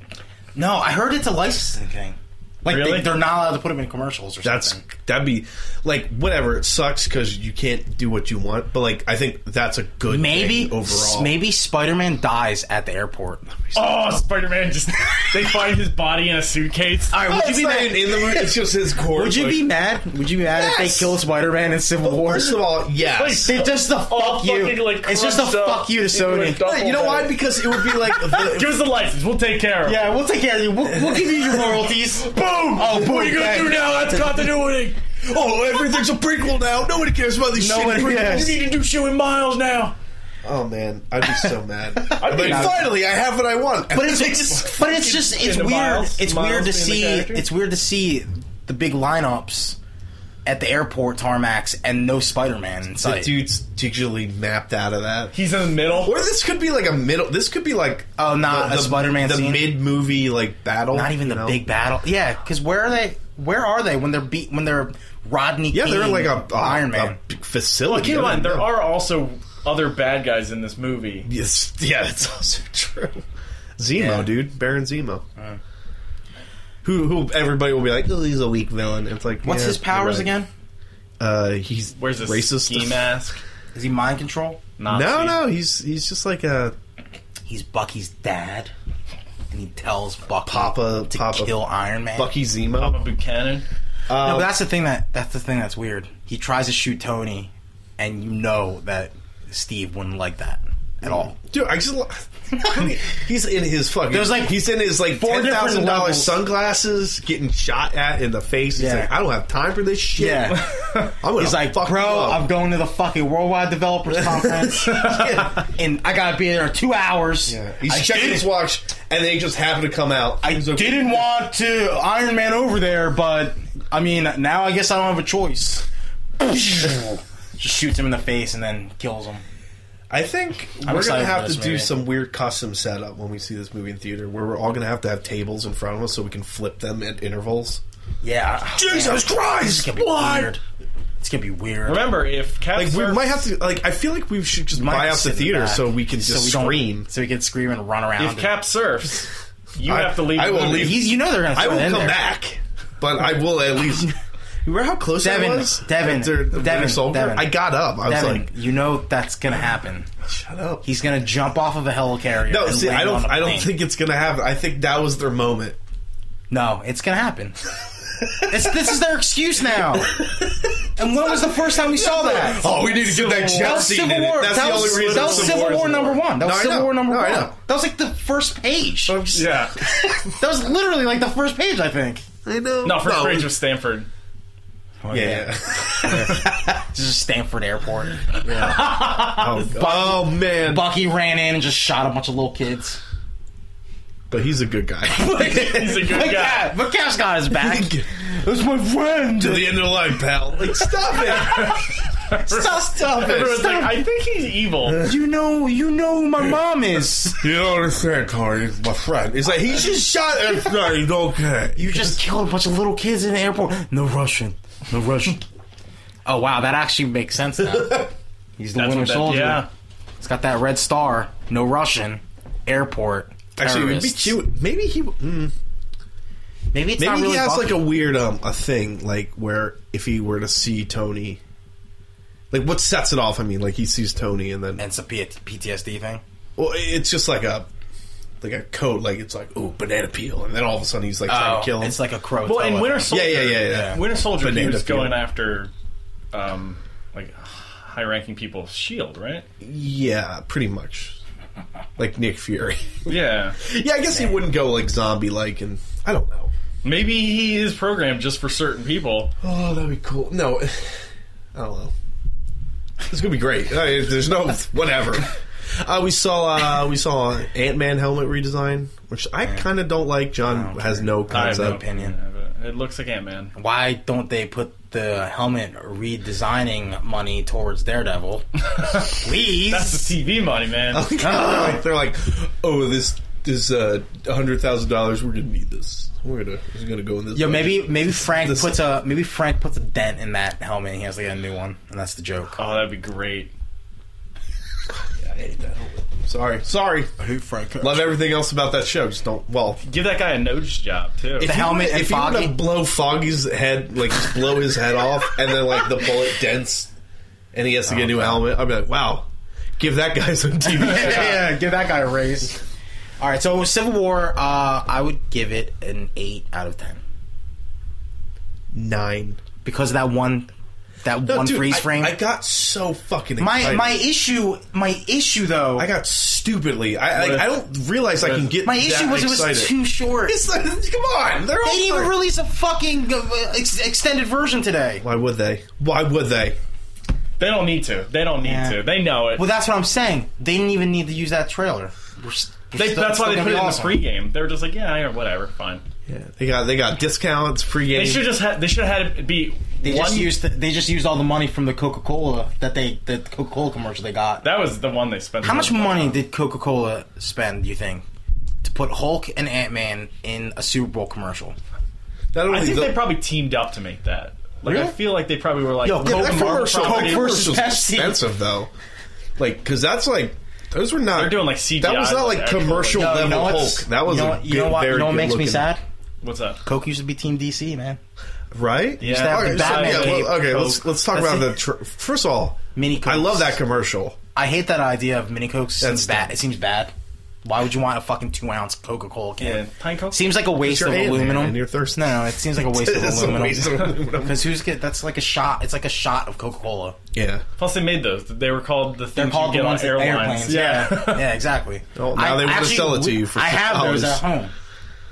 No, I heard it's a licensing thing. Like
Really?
they, are not allowed to put them in commercials or
that's
something.
that'd be like whatever. It sucks because you can't do what you want, but like I think that's a good
Maybe
thing overall.
maybe Spider-Man dies at the airport.
Oh, Spider-Man just they find his body in a suitcase.
All right, would you be mad in the movie? It's just his core.
Would you be mad? Would you be mad if
Yes.
they kill Spider-Man in Civil War?
First of all, yes.
They're just the
All
fuck you.
fucking, like,
it's just a
crunched up
fuck you to
into a
Sony.
double
you know why?
bag.
Because it would be like the,
Give us the license. We'll take care of. it.
Yeah, we'll take care of you. We'll, we'll give you your royalties. boom! Oh, boom.
What are you gonna
Okay.
do
now that's continuity.
oh everything's a prequel now. Nobody cares about these shit
Nobody
prequels.
cares.
need to do shit with Miles now.
Oh man, I'd be so mad. I'd
be
be
mad.
finally, I have what I want.
But it's but it's just it's
into
weird.
Miles-
it's
Miles
weird
being
to
the
see
character?
it's weird to see the big lineups at the airport tarmacs and no Spider-Man in
the
sight.
dude's digitally mapped out of that.
He's in the middle.
Or this could be like a middle. This could be like
Oh, not a Spider-Man
the
scene?
mid movie like battle.
Not even the
you know?
big battle. Yeah, because where are they? Where are they when they're beat? When they're Rodney?
Yeah, they're in like
King,
a, a
Iron Man.
a big facility.
Keep in mind, there
Yeah.
are also other bad guys in this movie.
Yes, yeah, that's also true. Zemo,
Yeah.
dude, Baron Zemo. who, who? Everybody will be like, "Oh, he's a weak villain." It's like,
What's
yeah,
his
you're
powers
right.
again?
Uh, he's
Where's this
racist
ski mask?
Is he mind control?
Nazi.
No, no, he's he's just like a
He's Bucky's dad, and he tells Bucky
Papa-
to
Papa-
kill Iron Man.
Bucky
I'm
Zemo. Uh,
a Buchanan.
No, but that's the thing that that's the thing that's weird. He tries to shoot Tony, and you know that Steve wouldn't like that at all.
Dude, I just lo- he's in his fucking.
There's, like,
he's in his like
four
ten
different
thousand dollars
levels.
sunglasses, getting shot at in the face. He's
Yeah.
like, I don't have time for this shit.
Yeah.
I'm gonna
He's like,
fuck you
bro,
up."
I'm going to the fucking Worldwide Developers Conference, and I gotta be there in two hours.
Yeah. He's
I
checking
didn't-
his watch, and they just happen to come out.
I
He's like,
didn't want to Iron Man over there, but I mean, now I guess I don't have a choice. Just shoots him in the face and then kills him.
I think
I'm
we're
excited
gonna
for
have to
this
do
movie.
some weird custom setup when we see this movie in theater, where we're all gonna have to have tables in front of us so we can flip them at intervals.
Yeah.
Jesus
It's
Christ!
gonna be
What?
weird. It's gonna be weird.
Remember, if Cap
Like we
Star-
might have to. Like I feel like we should just
Might
buy
have
out
to
the
sit in
theater
back.
so we can just
don't-
scream.
So we can scream and run around.
if
and-
Cap surfs, you
I-
have to leave.
I
the
will
movie.
leave.
He's- you know they're gonna.
I
throw
will
it in
come
there.
back, but I will at least Remember how close
Devin,
I was?
Devin,
After the
Devin,
Winter Soldier?
Devin.
I got up. I was
Devin,
like,
you know that's gonna happen.
shut up.
He's gonna jump off of a helicarrier.
no,
and
see,
land
I
on
don't.
a
I don't
plane.
think it's gonna happen. I think that was their moment.
No, it's gonna happen. this, this is their excuse now. And when was the first time we saw that?
Oh, we need to get that
That
jet
was
scene.
Civil
in it.
War.
That's
that
the
was,
only reason.
that was Civil War, number one. That was
No, I
Civil
know.
War number
No, I
one.
know. Oh,
That was like the first page. That
Yeah.
was literally like the first page, I think.
I know.
No, first grade was Stanford.
Yeah.
This is Stanford Airport.
oh, God. Oh, man.
Bucky ran in and just shot a bunch of little kids.
But he's a good guy.
He's a good
But
guy.
yeah, but Cash got his back.
That's my friend. To the end of the line, pal. Like, stop it.
stop, stop
Everyone's like,
Stop.
I think he's evil.
You know, you know who my mom is.
You don't understand, Corey. He's my friend. He's like, he just shot at He's okay.
You just killed a bunch of little kids in the airport. No Russian. No Russian. oh wow, that actually makes sense now. He's
That's
the Winter
what that-
Soldier.
yeah.
It's got that red star. No Russian. Airport.
Actually, it would be
terrorists.
cute. Maybe he. Mm,
Maybe it's
maybe
not really
he has
Bucky.
like a weird um a thing like where if he were to see Tony, like what sets it off? I mean, like he sees Tony and then
and it's a P- PTSD thing.
well, it's just like a like a coat. Like it's like ooh banana peel, and then all of a sudden he's like trying to kill him.
Oh. it's like a crow.
Well,
toe, I
in Winter
think.
Soldier,
Yeah, yeah, yeah, yeah.
Winter Soldier, he
Banana
was
peel.
going after, um, like high-ranking people. of Shield, E right?
yeah, pretty much like Nick Fury.
Yeah.
yeah, I guess he wouldn't go like zombie like, and I don't know.
Maybe he is programmed just for certain people.
Oh, that'd be cool. No, I don't know. It's gonna be great. I mean, there's no whatever. Uh, we saw uh, we saw Ant Man helmet redesign, which I kind of don't like. John has no
I have no
concept.
opinion. of it. It looks like Ant Man.
Why don't they put the helmet redesigning money towards Daredevil? Please.
That's the TV money, man.
they're like, oh, this this uh, hundred thousand dollars. We're gonna need this. We're gonna it's gonna go in this.
Yo,
budget.
maybe maybe Frank
This-
puts a maybe Frank puts a dent in that helmet. and He has like a new one, and that's the joke.
Oh, that'd be great.
I hate that helmet. Sorry, sorry. I hate Frank. Love everything else about that show. Just don't. Well,
Give that guy a nose job too.
If you
helmet
were to-
and
if you were
Foggy?
to blow Foggy's head, like just blow his head off, and then like the bullet dents, and he has to get a new helmet. I'd be like, wow, give that guy some TV. show.
Oh, yeah, give that guy a raise. All right, so Civil War, uh, I would give it an eight out of ten
Nine.
because of that one that
No,
one
dude,
freeze
I,
frame.
I got so fucking
my
excited.
my issue my issue though
I got stupidly. I
What
like,
if-
I don't realize I can get
my
that
issue was it was
excited.
too short.
It's like, come on, they're all.
They didn't even
three.
release a fucking uh, ex- extended version today.
Why would they? Why would they?
they don't need to. They don't need
Yeah.
to. They know it.
Well, that's what I'm saying. They didn't even need to use that trailer. We're st- we're
they,
still-
that's why
still
they
gonna
put it
be awesome.
in the pregame. They were just like, yeah, yeah, whatever, fine.
Yeah, they got they got discounts, free
They
games.
should just had. They should have had it be
They
one.
just used they just used all the money from the Coca Cola that they the Coca Cola commercial they got.
that was the one they spent.
How
the
much
most
money did Coca Cola spend? Do you think to put Hulk and Ant Man in a Super Bowl commercial?
Not only
I think
the-
they probably teamed up to make that. Like I
Really?
feel like they probably were like, oh,
Yo,
Coke
Yeah,
Coke
that
and Marvel
commercial,
probably-
Coke versus-
commercial's
Pepsi.
expensive though. Like, because that's like those were not.
They're doing, like, CGI,
That was not like
like, actual,
commercial
like-
level Uh, Hulk.
what's-
That was
you know,
a
what- you know
good-
what
very
you know what
good
makes me
looking-
sad.
What's up?
Coke used to be Team DC, man.
right?
Yeah. have
Okay,
the
so,
Batman
yeah,
cape,
well, okay. Let's
Coke.
let's talk
That's
about
it.
the tr- first of all.
Mini Cokes.
I love that commercial.
I hate that idea of mini Cokes.
That's
Seems
dumb.
bad. It seems bad. Why would you want a fucking two ounce Coca Cola can?
Yeah, Pine Coke.
Seems like a waste
your
of
Ant-Man
aluminum.
and you're thirsty.
No, no, it seems like a waste of
It's a
aluminum.
waste of aluminum.
Because who's get that's like a shot. It's like a shot of Coca Cola.
Yeah.
Plus, they made those. They were called the things
They're called
you
the
get
ones
on
that-
airlines.
airplanes. Yeah, yeah, exactly.
Oh, now they wanna
actually-
sell it to you for
I have those
$6.
at home.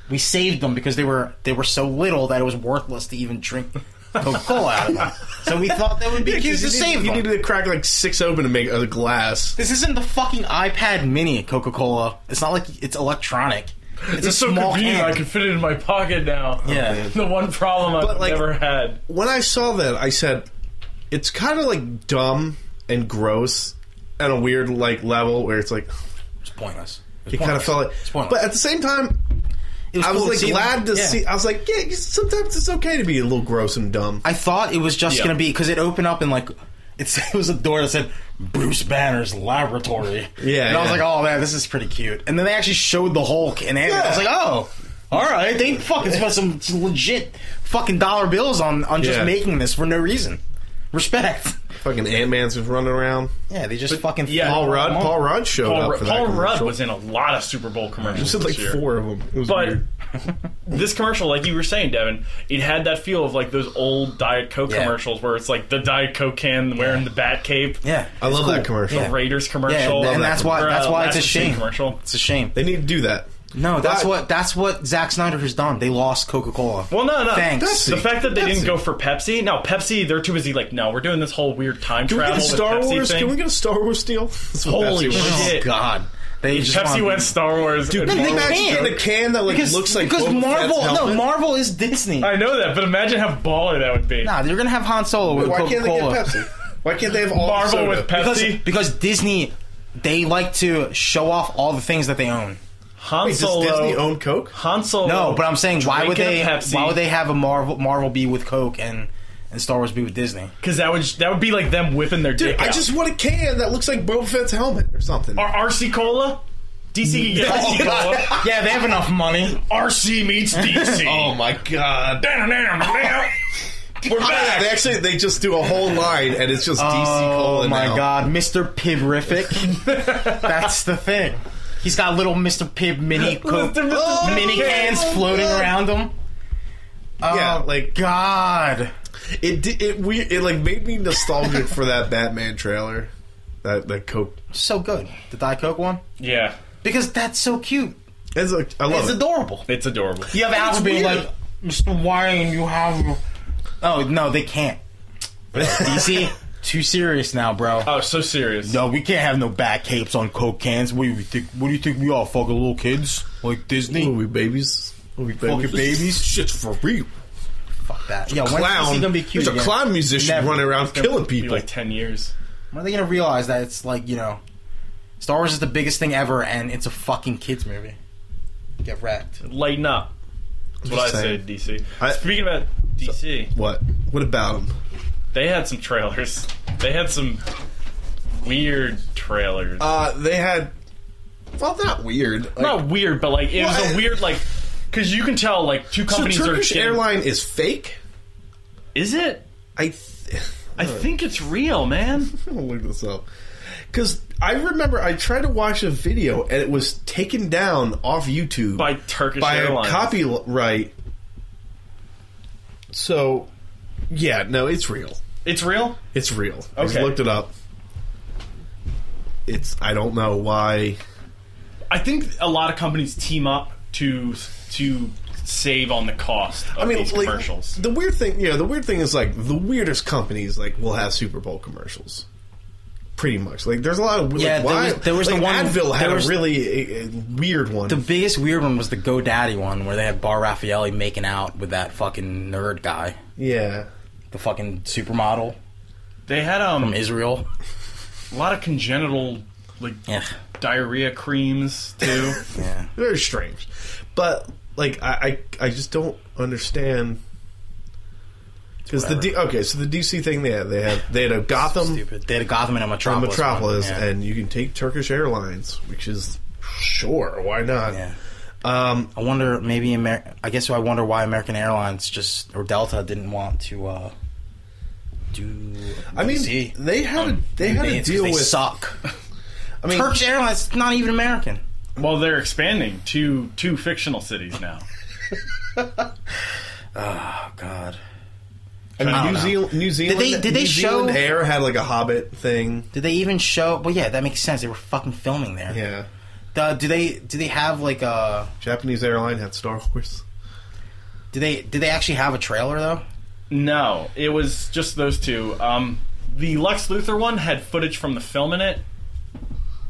We saved them because they were they were so little that it was worthless to even drink Coca Cola out of them. So we thought that would be cute
'Cause
to
you
save
need, you
them.
needed to crack like six open to make a glass.
This isn't the fucking iPad Mini Coca Cola. It's not like it's electronic. It's a
It's so
small
convenient.
can.
I can fit it in my pocket now.
Yeah.
the one problem I've
But, like-
never had.
When I saw that, I said, "It's kind of like dumb and gross." At a weird like level where it's like
It's pointless. It's
it kind of
pointless.
felt like,
It's pointless.
but at the same time,
It
I was
cool
like
see them.
glad to
Yeah.
see. I was like, yeah, sometimes it's okay to be a little gross and dumb.
I thought it was just
Yeah.
gonna be because it opened up and like it's, it was a door that said Bruce Banner's laboratory.
Yeah,
and I was
yeah.
like, oh man, this is pretty cute. And then they actually showed the Hulk and Ant-Man. I was
Yeah.
like, oh, All right, they fucking spent some legit fucking dollar bills on on just
Yeah.
making this for no reason. Respect.
Fucking Ant Man's was running around.
Yeah, they just fucking
yeah,
Paul Rudd. Paul Rudd showed
Paul,
up. For
Ru- Paul
that
Rudd
commercial.
was in a lot of Super Bowl commercials.
This is like
this year.
four of them. It was
But
weird.
this commercial, like you were saying, Devin, it had that feel of like those old Diet Coke
Yeah.
commercials where it's like the Diet Coke can wearing the bat cape.
Yeah,
I love
it's
that commercial.
The
Yeah.
Raiders commercial.
and that's why-
Or, uh,
that's why
Last
it's a
of the Sea
shame.
commercial.
It's a shame.
They need to do that.
No, that's
But-
what that's what Zack Snyder has done. They lost Coca Cola.
Well, no, no.
Thanks.
The fact that they
Pepsi.
didn't go for Pepsi. Now, Pepsi, they're too busy. Like, no, we're doing this whole weird time
Can we
travel
get a Star
with Pepsi
Wars?
thing.
Can we get a Star Wars deal? That's what
Holy
Pepsi was.
shit.
oh God, they just
Pepsi
want-
went Star Wars. and
Dude, can you
they
Marvel.
imagine
can't.
getting a can that like
because
looks like
because
Boba
Marvel.
Fett's
No,
helmet?
Marvel is Disney.
I know that, but imagine how baller that would be.
Nah, you're gonna have Han Solo with
Why
Coca
can't they get
Cola
Pepsi? Why can't they have all
Marvel
soda?
with Pepsi.
because because Disney they like to show off all the things that they own.
Han
Wait, does
Solo.
Disney own Coke?
Han Solo.
No, but I'm saying why would they
drinking a Pepsi.
why would they have a Marvel Marvel be with Coke and and Star Wars be with Disney?
Because that would that would be like them whipping their
Dude,
dick
I
out.
just want a can that looks like Boba Fett's helmet or something.
Or RC Cola. DC can get
Oh,
RC Cola.
Yeah, they have enough money.
RC meets DC.
oh my god!
Damn, damn, damn. We're
Ah, they
back.
actually they just do a whole line and it's just DC
Oh
cola
my
now.
God, Mr. Pibrific. That's the thing. He's got little Mr. Pib mini Coke
Mr. Pib
mini
cans.
cans floating around him.
Yeah,
oh,
like-
God.
It di- it we it like made me nostalgic for that Batman trailer. That that Coke.
So good. The Diet Coke one?
Yeah,
Because that's so cute.
It's like I love
It's
it.
adorable.
it's adorable.
You have Alfred being
weird.
like, Mr. Wayne, you have. Oh, no, they can't. DC, too serious now, bro.
Oh, so serious.
No, we can't have no bat capes on Coke cans. What do you think? What do you think we are, fucking little kids like Disney?
Ooh, we babies. Ooh, we babies.
Fucking babies.
Shit's for real.
Fuck that. Yeah, when's
Clown.
he gonna be cute?
There's
again?
a clown musician
Never.
running around killing
Be
people.
like ten years.
When are they gonna realize that it's like you know, Star Wars is the biggest thing ever, and it's a fucking kids movie? Get wrecked.
Lighten up. That's what I
Just saying.
said, DC.
I-
Speaking about DC,
what? What about him?
they had some trailers. They had some weird trailers.
Uh, they had. Well, not weird. Like,
Not weird, but like it was
What?
a weird like because you can tell like two
so
companies
Turkish
are getting-
airline is fake.
Is it?
I. Th-
I think it's real, man.
I'm gonna look this up because I remember I tried to watch a video and it was taken down off YouTube
By Turkish
by
Airlines.
a copyright. So, yeah, no, it's real.
It's real.
It's real. I just
Okay.
looked it up. It's I don't know why.
I think a lot of companies team up to to save on the cost of
I mean,
these
like,
commercials.
The weird thing, you know, the weird thing is like the weirdest companies like will have Super Bowl commercials. Pretty much, like there's a lot of like,
Yeah, there
why-
was- there was the
like,
one-
Advil had
there was-
a really uh, uh, weird one.
The biggest weird one was the GoDaddy one, where they had Bar Raffaelli making out with that fucking nerd guy,
yeah,
the fucking supermodel
They had um
from Israel.
a lot of congenital like
Yeah,
diarrhea creams too.
yeah.
very strange. But like, I I, I just don't understand because the D, okay, so the DC thing, yeah, they had they had a Gotham
Stupid. They had a Gotham and a
a
Metropolis.
Metropolis,
one. Yeah.
and you can take Turkish Airlines, which is sure why not.
yeah.
Um,
I wonder maybe Amer- I guess I wonder why American Airlines just or Delta didn't want to uh, do.
I mean,
see. Um,
they had a, they had a
It's 'cause
deal
they
with.
suck.
I mean,
Turkish Airlines not even American.
well, they're expanding to two fictional cities now.
Oh God.
I
I
mean
don't
New,
know.
Zeal- New Zealand.
they- did they
New Zealand
show-
Air had like a Hobbit thing?
Did they even show? Well, yeah, that makes sense. They were fucking filming there.
Yeah,
Uh, do they? Do they have like a?
Japanese airline had Star Wars.
Do they? Do they actually have a trailer though?
No, it was just those two. Um, the Lex Luthor one had footage from the film in it,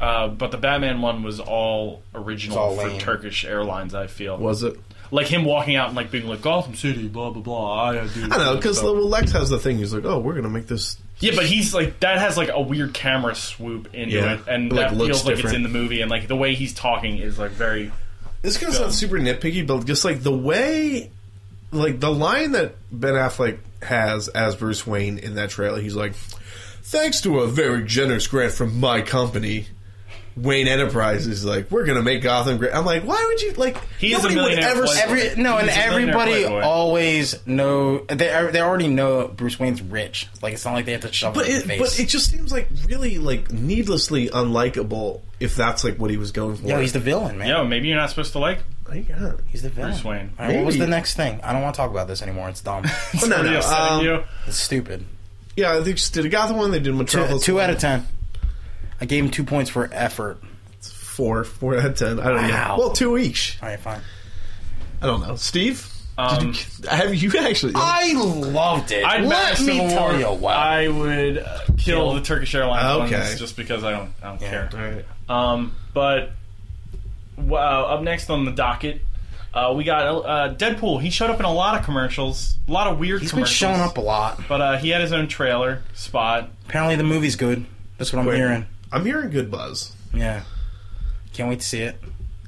uh, but the Batman one was all original
all
for
lame.
Turkish Airlines. I feel
Was it?
like him walking out and like being like Gotham City, blah blah blah. I do.
I know because Lex has the thing. He's like, oh, we're gonna make this
yeah, but he's like that has like a weird camera swoop into
Yeah.
it, and
It, like,
that
looks
feels like it's
different.
in the movie, and like the way he's talking is like very.
This gonna sound super nitpicky, but just like the way, like the line that Ben Affleck has as Bruce Wayne in that trailer, he's like, "Thanks to a very generous grant from my company, Wayne Enterprise is like, we're gonna make Gotham great. I'm like, why would you like?
He's a
nobody would
millionaire
ever.
playboy.
s-
Every no, and
He's a millionaire
everybody
playboy.
always know they are- they already know Bruce Wayne's rich. Like it's not like they have to shove
But
it in
it,
the face.
but it just seems like really like needlessly unlikable. If that's like what he was going for. uh,
Yo, he's the villain, man.
Yo, maybe you're not supposed to like
My God.
He's the villain.
Bruce Wayne.
All right, what was
Maybe.
the next thing? I don't want to talk about this anymore. It's dumb.
But no,
Pretty
no.
upsetting
um,
you.
it's stupid.
yeah, they just did a Gotham one. They did
Two,
Metropolis.
two
one.
out of ten. I gave him two points for effort.
four, four out of ten. I don't know.
Wow.
Well, two each.
All right, fine.
I don't know. Steve,
Um,
did you, have you actually?
I loved it.
I'd back
Let me
Civil War.
tell you why.
I would uh, kill, the Turkish Airlines
Okay.
ones just because I don't I don't care.
All right.
Um, but wow, up next on the docket, uh, we got uh, Deadpool. He showed up in a lot of commercials, a lot of weird
He's been
commercials.
showing up a lot.
but uh, he had his own trailer spot.
Apparently, the movie's good. That's what I'm
Wait.
hearing.
I'm hearing good buzz.
Yeah. Can't wait to see it.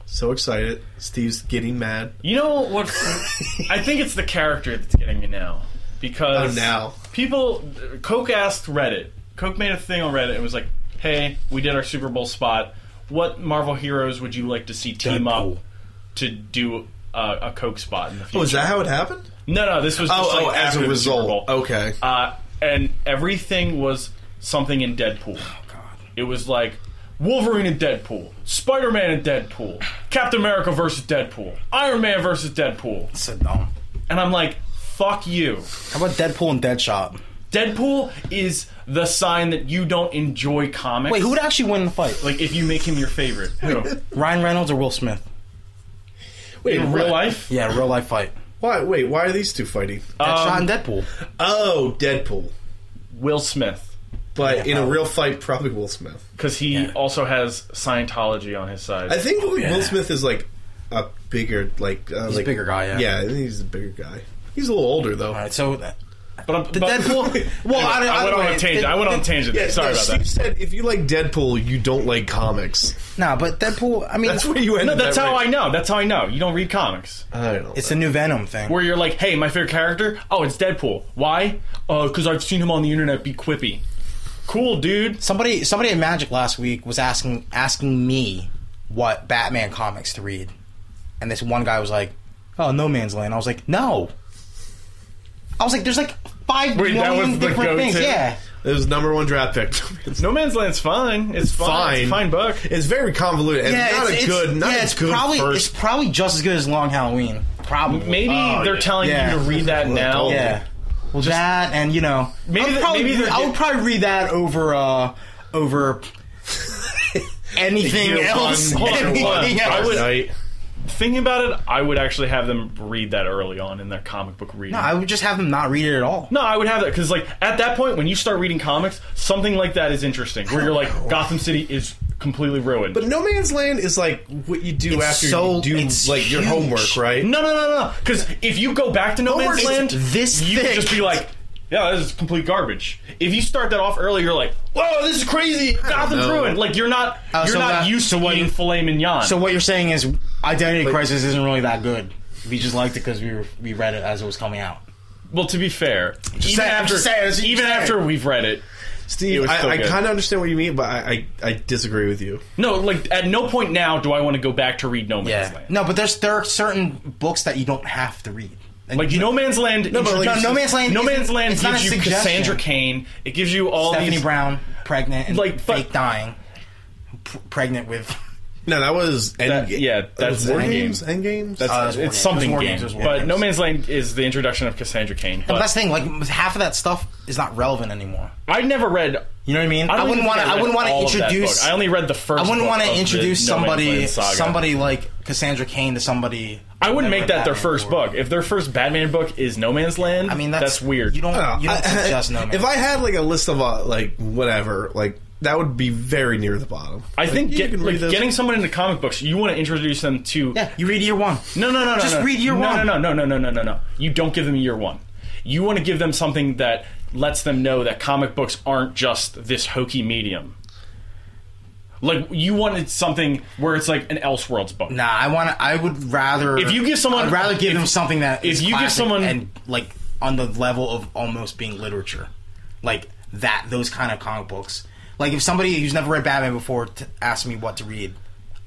So excited. Steve's getting mad.
You know what? I think it's the character that's getting me now because
Oh, now.
people Coke asked Reddit. Coke made a thing on Reddit. It was like, "Hey, we did our Super Bowl spot. What Marvel heroes would you like to see team
Deadpool.
up to do a, a Coke spot in the future?"
Oh, is that how it happened?
no, no. This was just
Oh,
like
oh, as
after
a
the Super
result.
Bowl.
Okay.
uh, and everything was something in Deadpool.
Oh,
It was like Wolverine and Deadpool, Spider Man and Deadpool, Captain America versus Deadpool, Iron Man versus Deadpool,
So dumb.
and I'm like, fuck you.
How about Deadpool and Deadshot?
Deadpool is the sign that you don't enjoy comics.
Wait, who would actually win the fight? Like
Like if you make him your favorite, who?
Ryan Reynolds or Will Smith?
Wait,
in real life,
Yeah, real life fight.
Why? Wait, why are these two fighting?
Deadshot
Um,
and Deadpool.
oh, Deadpool.
Will Smith,
But in a real fight, probably Will Smith.
because he
Yeah.
also has Scientology on his side.
I think
yeah.
Will Smith is like a bigger, like uh,
He's
like,
a bigger guy, yeah.
Yeah, I think he's a bigger guy. He's a little older though.
All right, so uh,
but I'm,
the
but-
Deadpool. Well, I,
I went on a tangent. I went on a tangent.
Yeah,
Sorry
no,
about
Steve
that.
said if you like Deadpool, you don't like comics.
Nah, but Deadpool. I mean,
That's where you end
No,
up.
that's how I know. That's how I know. You don't read comics.
I. I don't.
it's the new Venom thing.
where you're like, hey, my favorite character? Oh, it's Deadpool. Why? Because I've seen him on the internet be quippy. Cool, dude.
Somebody, somebody at Magic last week was asking asking me what Batman comics to read, and this one guy was like, "Oh, No Man's Land." I was like, "No." I was like, "There's like five
Wait, that
million
was the
different things."
go-to?
Yeah,
It was number one draft pick. it's,
No Man's Land's fine. It's fine. It's a fine
Fine.
book.
it's very convoluted and
yeah,
not a good. Not
yeah,
a
it's
good
probably
first.
it's probably just as good as Long Halloween. Probably,
Maybe they're telling
Oh, Yeah. oh,
you to read that now.
yeah. Well, that and you know,
Maybe
I would
they-
probably,
maybe they're
I
get-
would probably read that over uh, over anything
Year
else.
one, year
anything
one.
else.
I would-
Right.
Thinking about it, I would actually have them read that early on in their comic book reading.
I would just have them not read it at all.
No, I would have that because, like, at that point, when you start reading comics, something like that is interesting. Where you're like, Gotham City is completely ruined.
But No Man's Land is like what you do
It's
after
so-
you do
it's
like your
huge.
homework, right?
No, no, no, no. Because if you go back to No Man's
It's
Land,
this
you could
thick.
just be like, yeah, this is complete garbage. If you start that off early, you're like, whoa, this is crazy. Gotham's
know.
ruined. Like you're not,
Oh,
you're
so
not
that-
used to
so what
eating
you-
filet mignon.
So what you're saying is Identity Crisis isn't really that good. We just liked it because we were, we read it as it was coming out.
well, to be fair, even
saying, I'm
after,
just saying, that's what you're
even
saying.
after we've read it, It
Steve,
was still
I, I
good.
kind of understand what you mean, but I, I, I disagree with you.
no, like at no point now do I want to go back to read No Man's Land.
No, but there's there are certain books that you don't have to read. And
Like No Man's Land, no,
but, like,
no, no Man's Land.
No
isn't-
Man's Land
it's not
gives
a
you
suggestion.
Cassandra Cain. It gives you all
Stephanie
these.
Brown, pregnant and
Like,
like,
but-
fake dying, P- pregnant with.
No, that was end, uh,
That- yeah, that's
war
Endgame.
games. End games.
That's,
Uh, there's war
it's
games.
something
There's war
game,
games, there's war
but
games.
No Man's Land is the introduction of Cassandra Cain.
But
But
that's the thing. Like half of that stuff is not relevant anymore.
I never read
You know what I mean?
I,
I,
don't
wouldn't
even
want
think
to. I
read
wouldn't want to
all of that
introduce.
book. I only read the first.
I wouldn't
book
want
of
to
the
introduce
No Man's
somebody,
Land saga.
somebody like Cassandra Cain to somebody.
I wouldn't
never
make that their
Batman
first
before.
book. If their first Batman book is No Man's Land,
I mean, that's,
weird.
You don't.
Oh, I don't
You
know.
don't
I-
suggest no man.
If I had like a list of uh, like whatever, like that would be very near the bottom.
I think
you
get,
can read
like,
those.
getting someone into comic books, you want to introduce them to.
yeah, you read year one.
No, no, no, no.
Just
no.
read year
no,
one.
No, no, no, no, no, no, no. You don't give them year one. You want to give them something that lets them know that comic books aren't just this hokey medium. Like you wanted something where it's like an Elseworlds book.
Nah, I want. to I would rather.
If you give someone-
I'd rather give
if-
them something that.
if
is
you give
classic
someone-
and like on the level of almost being literature, like that, those kind of comic books. Like if somebody who's never read Batman before t- asks me what to read,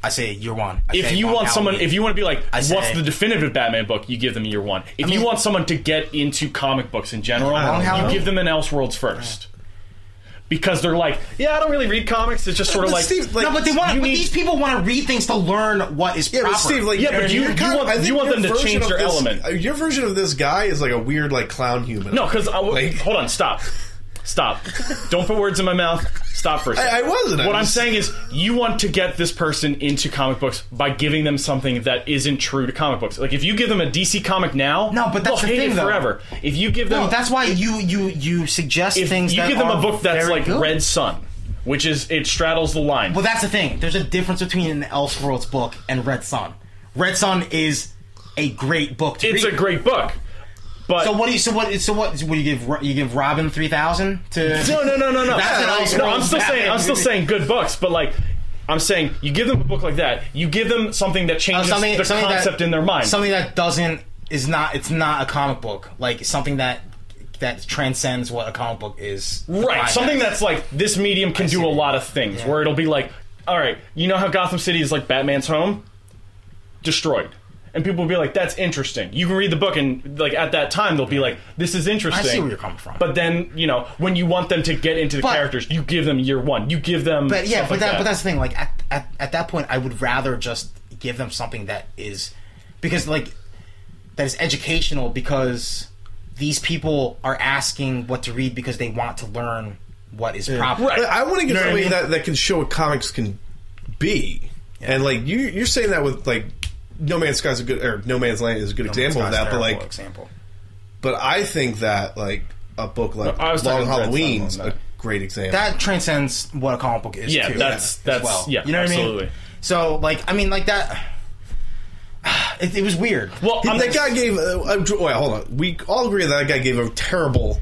I say year one. I
If
say
you
Bob
want someone,
Allen.
if you want to be like,
I
what's
say-
the definitive Batman book? You give them year one. If
mean-
you want someone to get into comic books in general,
Long
you
Halloween.
give them an Elseworlds first, because they're like, yeah, I don't really read comics. It's just sort of
But
like,
Steve, like-
no, but they want.
you
But
need-
these people want to read things to learn what is
Yeah,
proper.
but Steve, like,
Yeah, but you-
your
you
kind-
want-
I think
you want
your
them to
version
change
of
their
this-
element.
uh, Your version of this guy is like a weird, like clown human.
no, because
Like-
hold on, stop, stop, don't put words in my mouth. Stop for a second.
I wasn't. I
What I'm
was-
saying is, you want to get this person into comic books by giving them something that isn't true to comic books. Like if you give them a DC comic now,
No, but that's
they'll
the
hate
thing,
it
though.
forever. If you give them
no, that's why you you you suggest
if
things.
you
that
give them
are
a book that's
very
like
good.
Red Sun, which is it straddles the line.
Well, that's the thing. There's a difference between an Elseworlds book and Red Sun. Red Sun is a great book to
it's
read.
a great book, but
So what do you? So what? So what? What do you give? Ro- You give Robin three thousand to?
no, no, no, no, no.
That's an Elseworlds
no, I'm still saying I'm
Batman
still
movie.
saying good books, but like. I'm saying you give them a book like that, you give them something that
Uh,
changes
something,
the
something
concept
that,
in their mind.
Something that doesn't is not. It's not a comic book. Like something that that transcends what a comic book is.
Right.
defined
Something
as.
that's like this medium can do a lot of things where it'll be like, all right, you know how Gotham City is like Batman's home? Destroyed. And people will be like, that's interesting. You can read the book and like at that time they'll be like, this is interesting.
where you're coming from.
But then, you know, when you want them to get into the
But-
characters, you give them year one. You give them
But yeah,
stuff
but
like
that, but that's the thing. Like at, at at that point, I would rather just give them something that is because like that is educational because these people are asking what to read because they want to learn what is proper.
Right.
But I want to get
You know what I
somebody
mean?
that, that can show what comics can be, and like you, you're saying that with like No Man's Sky's a good or No Man's Land is a good example of
Scott's
that. But
terrible
like,
example.
but I think that like a book like
I was
Long
talking Red Sun
Halloween's
on that.
a great example.
that transcends what a comic book is.
Yeah,
too,
that's-
as
that's-
well.
yeah,
You know what I
absolutely.
mean? So like, I mean, like that. It, it was weird.
well,
He-
I'm
that guy gave. Uh, uh, wait, hold on. We all agree that that guy gave a terrible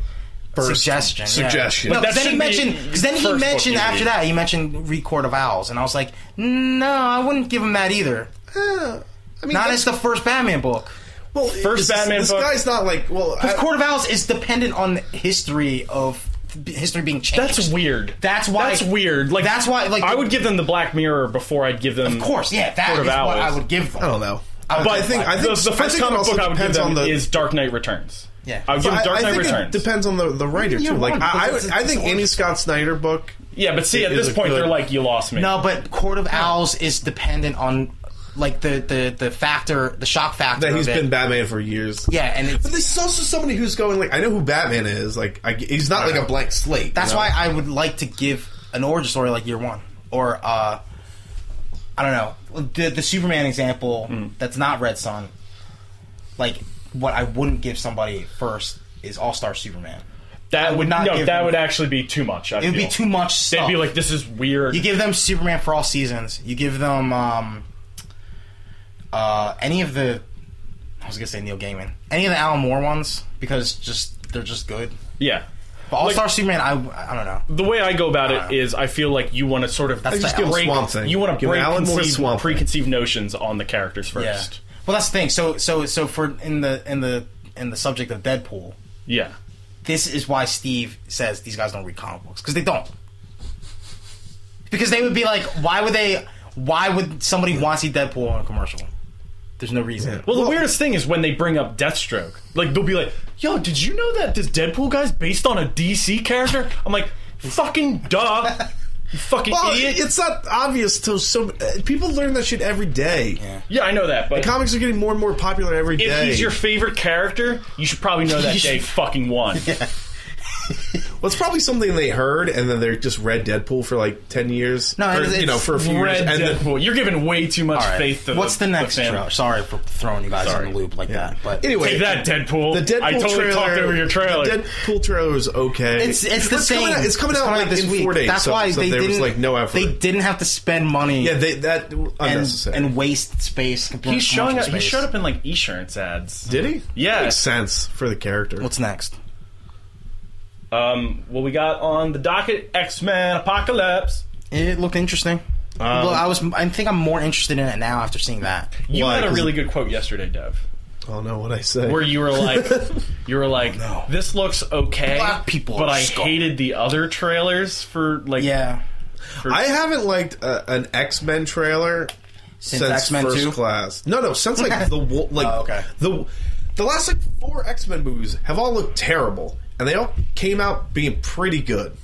first
suggestion. yeah.
Suggestion.
No,
But that
'cause then he
shouldn't be
mentioned because then
first
he
book
mentioned
you
after
read.
that he mentioned Record of Owls, and I was like, no, I wouldn't give him that either.
Uh, I mean,
Not
that's-
as the first Batman book.
well,
first
this-
Batman
This
book.
guy's not like well. I-
Court of Owls is dependent on history of history being changed.
that's weird.
That's why-
That's weird. Like
That's why, like,
I
the-
would give them the Black Mirror before I'd give them
of course, yeah. That
Court
is
of
what
Owls.
I would give them.
I don't know.
I
But
I think I
the-
think
the,
I
first
think it
comic
also
book I would give
depends
them
on the-
is Dark Knight Returns.
Yeah.
I would give
I,
them Dark
I
Knight
think
Returns.
it depends on the, the writer
You're
too. Like
wrong,
I,
because
I, I
it's-
think
it's
any Scott Snyder book.
Yeah, but see, at
It is
this
a
point,
good-
they're like, you lost me.
No, but Court of Owls is dependent on like the the the factor, the shock factor.
That
of
he's
it.
been Batman for years.
Yeah, and it's,
But this is also somebody who's going like, I know who Batman is. Like, I, he's not like a blank slate. you
That's
know?
why I would like to give an origin story like year one, or uh, I don't know the the Superman example
Hmm.
that's not Red Sun. Like what I wouldn't give somebody first is All Star Superman.
that would
would not
No,
give
that
them-
would actually be too much. I
It would be too much
They'd
stuff.
be like, this is weird.
you give them Superman for all seasons. You give them um, uh, any of the I was gonna say Neil Gaiman, any of the Alan Moore ones because just they're just good.
yeah.
But All Star Superman, I I don't know.
The way I go about it
Uh,
is, I feel like you want to sort of
That's
just
the
give him
break.
Swamp Thing.
You want to
Give him
break
Alan Moore
conceived-
Swamp Thing.
preconceived notions on the characters first.
Well, that's the thing. So so so for in the in the in the subject of Deadpool,
Yeah.
this is why Steve says these guys don't read comic books because they don't. Because they would be like, why would they? Why would somebody want to see Deadpool on a commercial? There's no reason.
Well, the weirdest thing is when they bring up Deathstroke. Like, they'll be like, yo, did you know that this Deadpool guy's based on a DC character? I'm like, fucking duh. You fucking
Well,
idiot.
it's not obvious to so uh, people learn that shit every day.
yeah, I know that, but.
Comics are getting more and more popular every day.
if he's your favorite character, you should probably know that
You
day
should-
fucking one.
well, it's probably something they heard and then they just read Deadpool for like ten years.
No,
or,
it's-
you know, for a few years.
Red
And then-
Deadpool. You're giving way too much
All right.
faith to
What's the, next
the fan.
trailer? Sorry for throwing you guys in the loop like that. But
anyway,
Take that, Deadpool.
The Deadpool
I totally
trailer,
talked over your trailer.
The Deadpool trailer was okay.
It's, it's the same.
Coming out, it's coming out like
this
in
week.
four days.
That's
so,
why
so
they
there
didn't.
was like no effort.
They didn't have to spend money
yeah, they, that
and,
unnecessary.
and waste space. compared
He's
to
showing
commercial
up. He
space.
showed up in like insurance ads.
Did he?
Yeah.
makes sense for the character.
What's next?
Um, what we got on the docket? X Men Apocalypse.
It looked interesting.
Um,
well, I was. I think I'm more interested in it now after seeing that.
You
Why?
had a
'Cause-
really good quote yesterday, Dev.
Oh no, what I say?
where you were like, you were like, this looks okay,
Oh, Black people
but
are
I
scum.
hated the other trailers for like,
Yeah.
I haven't liked uh, an X Men trailer since,
X-Men
First
2?
Class. No, no, since like the wo- like
Oh, okay.
the the last like four X Men movies have all looked terrible, and they all came out being pretty good.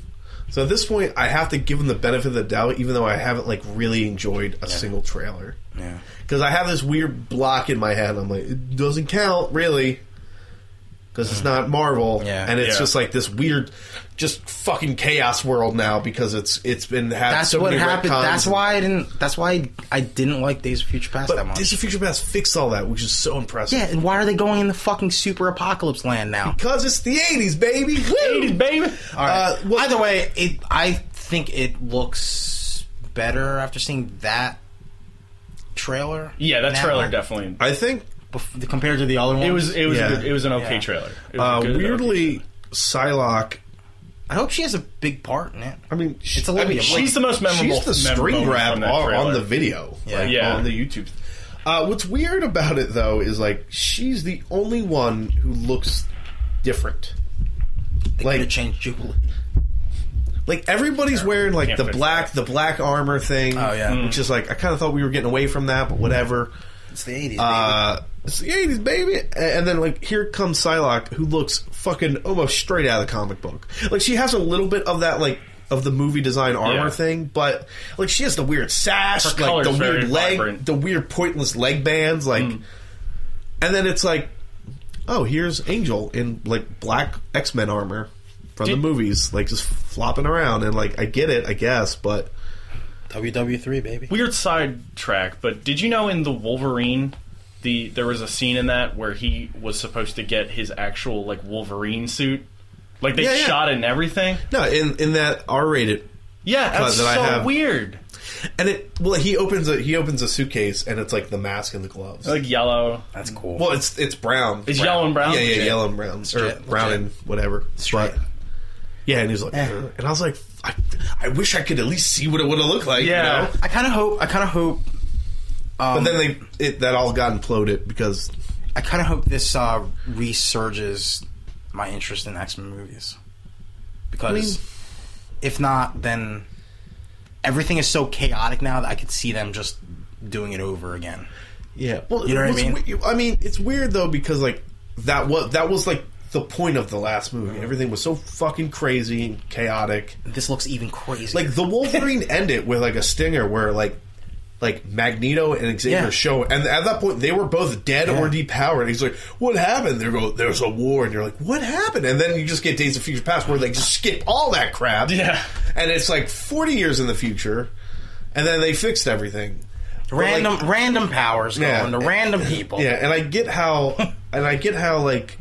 So at this point, I have to give them the benefit of the doubt, even though I haven't like really enjoyed a single trailer.
Yeah.
Because I have this weird block in my head. I'm like, it doesn't count really. Because it's not Marvel,
Yeah.
and it's
Yeah.
just like this weird, just fucking chaos world now because it's it's been had
That's
so
what
many
happened.
retcons
That's
and-
why I didn't. That's why I didn't like Days of Future Past that
But
much.
Days of Future Past fixed all that, which is so impressive.
yeah, and why are they going in the fucking super apocalypse land now?
Because it's the 80s, baby. Woo!
80s baby.
All right.
Uh, well-
Either way, it. I think it looks better after seeing that trailer.
Yeah, that
now,
trailer definitely.
I think,
bef- compared to the other one.
It was it was
Yeah.
a good, it was an okay
Yeah.
trailer. It was
uh,
a good, okay
weirdly, Psylocke.
I hope she has a big part in it.
I mean, she,
It's
I mean,
Olivia
she-
Blake.
She's the most memorable.
she's the
memorable
string grab
from
on,
that
on
trailer.
the video.
Yeah.
like,
Yeah.
On the YouTube. Uh, what's weird about it, though, is like she's the only one who looks different.
They
Like-
could have changed Jubilee.
Like everybody's wearing like
Can't
the
fix
black the black armor thing.
Oh, yeah.
which is like I kind of thought we were getting away from that, but whatever.
It's the eighties.
Uh, it's the 80s, baby. And then, like, here comes Psylocke, who looks fucking almost straight out of the comic book. Like, she has a little bit of that, like, of the movie design armor
Yeah.
thing, but, like, she has the weird sash,
Her
like, the
color's very
weird leg,
vibrant. Mm.
the weird pointless leg bands, like, and then it's like, oh, here's Angel in, like, black X Men armor from the
Did-
movies, like, just flopping around. And, like, I get it, I guess, but.
WW three baby.
weird sidetrack, but did you know in the Wolverine, the there was a scene in that where he was supposed to get his actual like Wolverine suit, like they
Yeah, yeah.
shot it and everything.
No, in, in that R rated
Yeah, that's
Cut that I
so
have.
weird.
And it well he opens a he opens a suitcase and it's like the mask and the gloves.
Like yellow,
That's cool.
well, it's it's brown.
is yellow and brown.
yeah, yeah,
legit?
yellow and brown or
Legit,
brown
legit.
and whatever.
Straight.
But yeah, and he's like,
Eh.
"Ugh." and I was like, I, I wish I could at least see what it would have looked like.
Yeah.
you know?
I kind of hope. I kind of hope. Um,
But then they it, that all got imploded because
I kind of hope this uh, resurges my interest in X Men movies because
mean-
if not, then everything is so chaotic now that I could see them just doing it over again.
yeah, well,
You know what I
what's
mean?
we- I mean, it's weird though because like that was that was like the point of the last
Uh-huh.
movie. Everything was so fucking crazy and chaotic.
This looks even crazier.
like the Wolverine end it with like a stinger where like like Magneto and Xavier
Yeah.
show and at that point they were both dead or depowered. And he's like, "What happened?" They go, "There's a war," and you're like, "What happened?" And then you just get Days of Future Past where they just skip all that crap.
Yeah.
and it's like 40 years in the future, and then they fixed everything. But, like,
random random powers going
Yeah.
to random people.
yeah, and I get how, and I get how like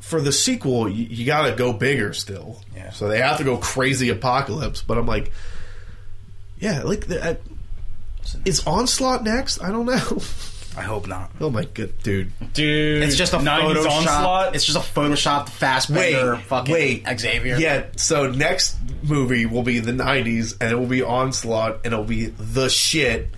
for the sequel, you, you got to go bigger still.
Yeah.
So they have to go crazy apocalypse. But I'm like, yeah, like the, I, is onslaught next? I don't know.
I hope not.
oh my good dude.
dude.
It's just a
90s
Photoshop.
onslaught.
It's just a Photoshop Fastbender
Wait,
fucking
wait.
Xavier.
Yeah. So next movie will be the '90s, and it will be onslaught, and it'll be the shit,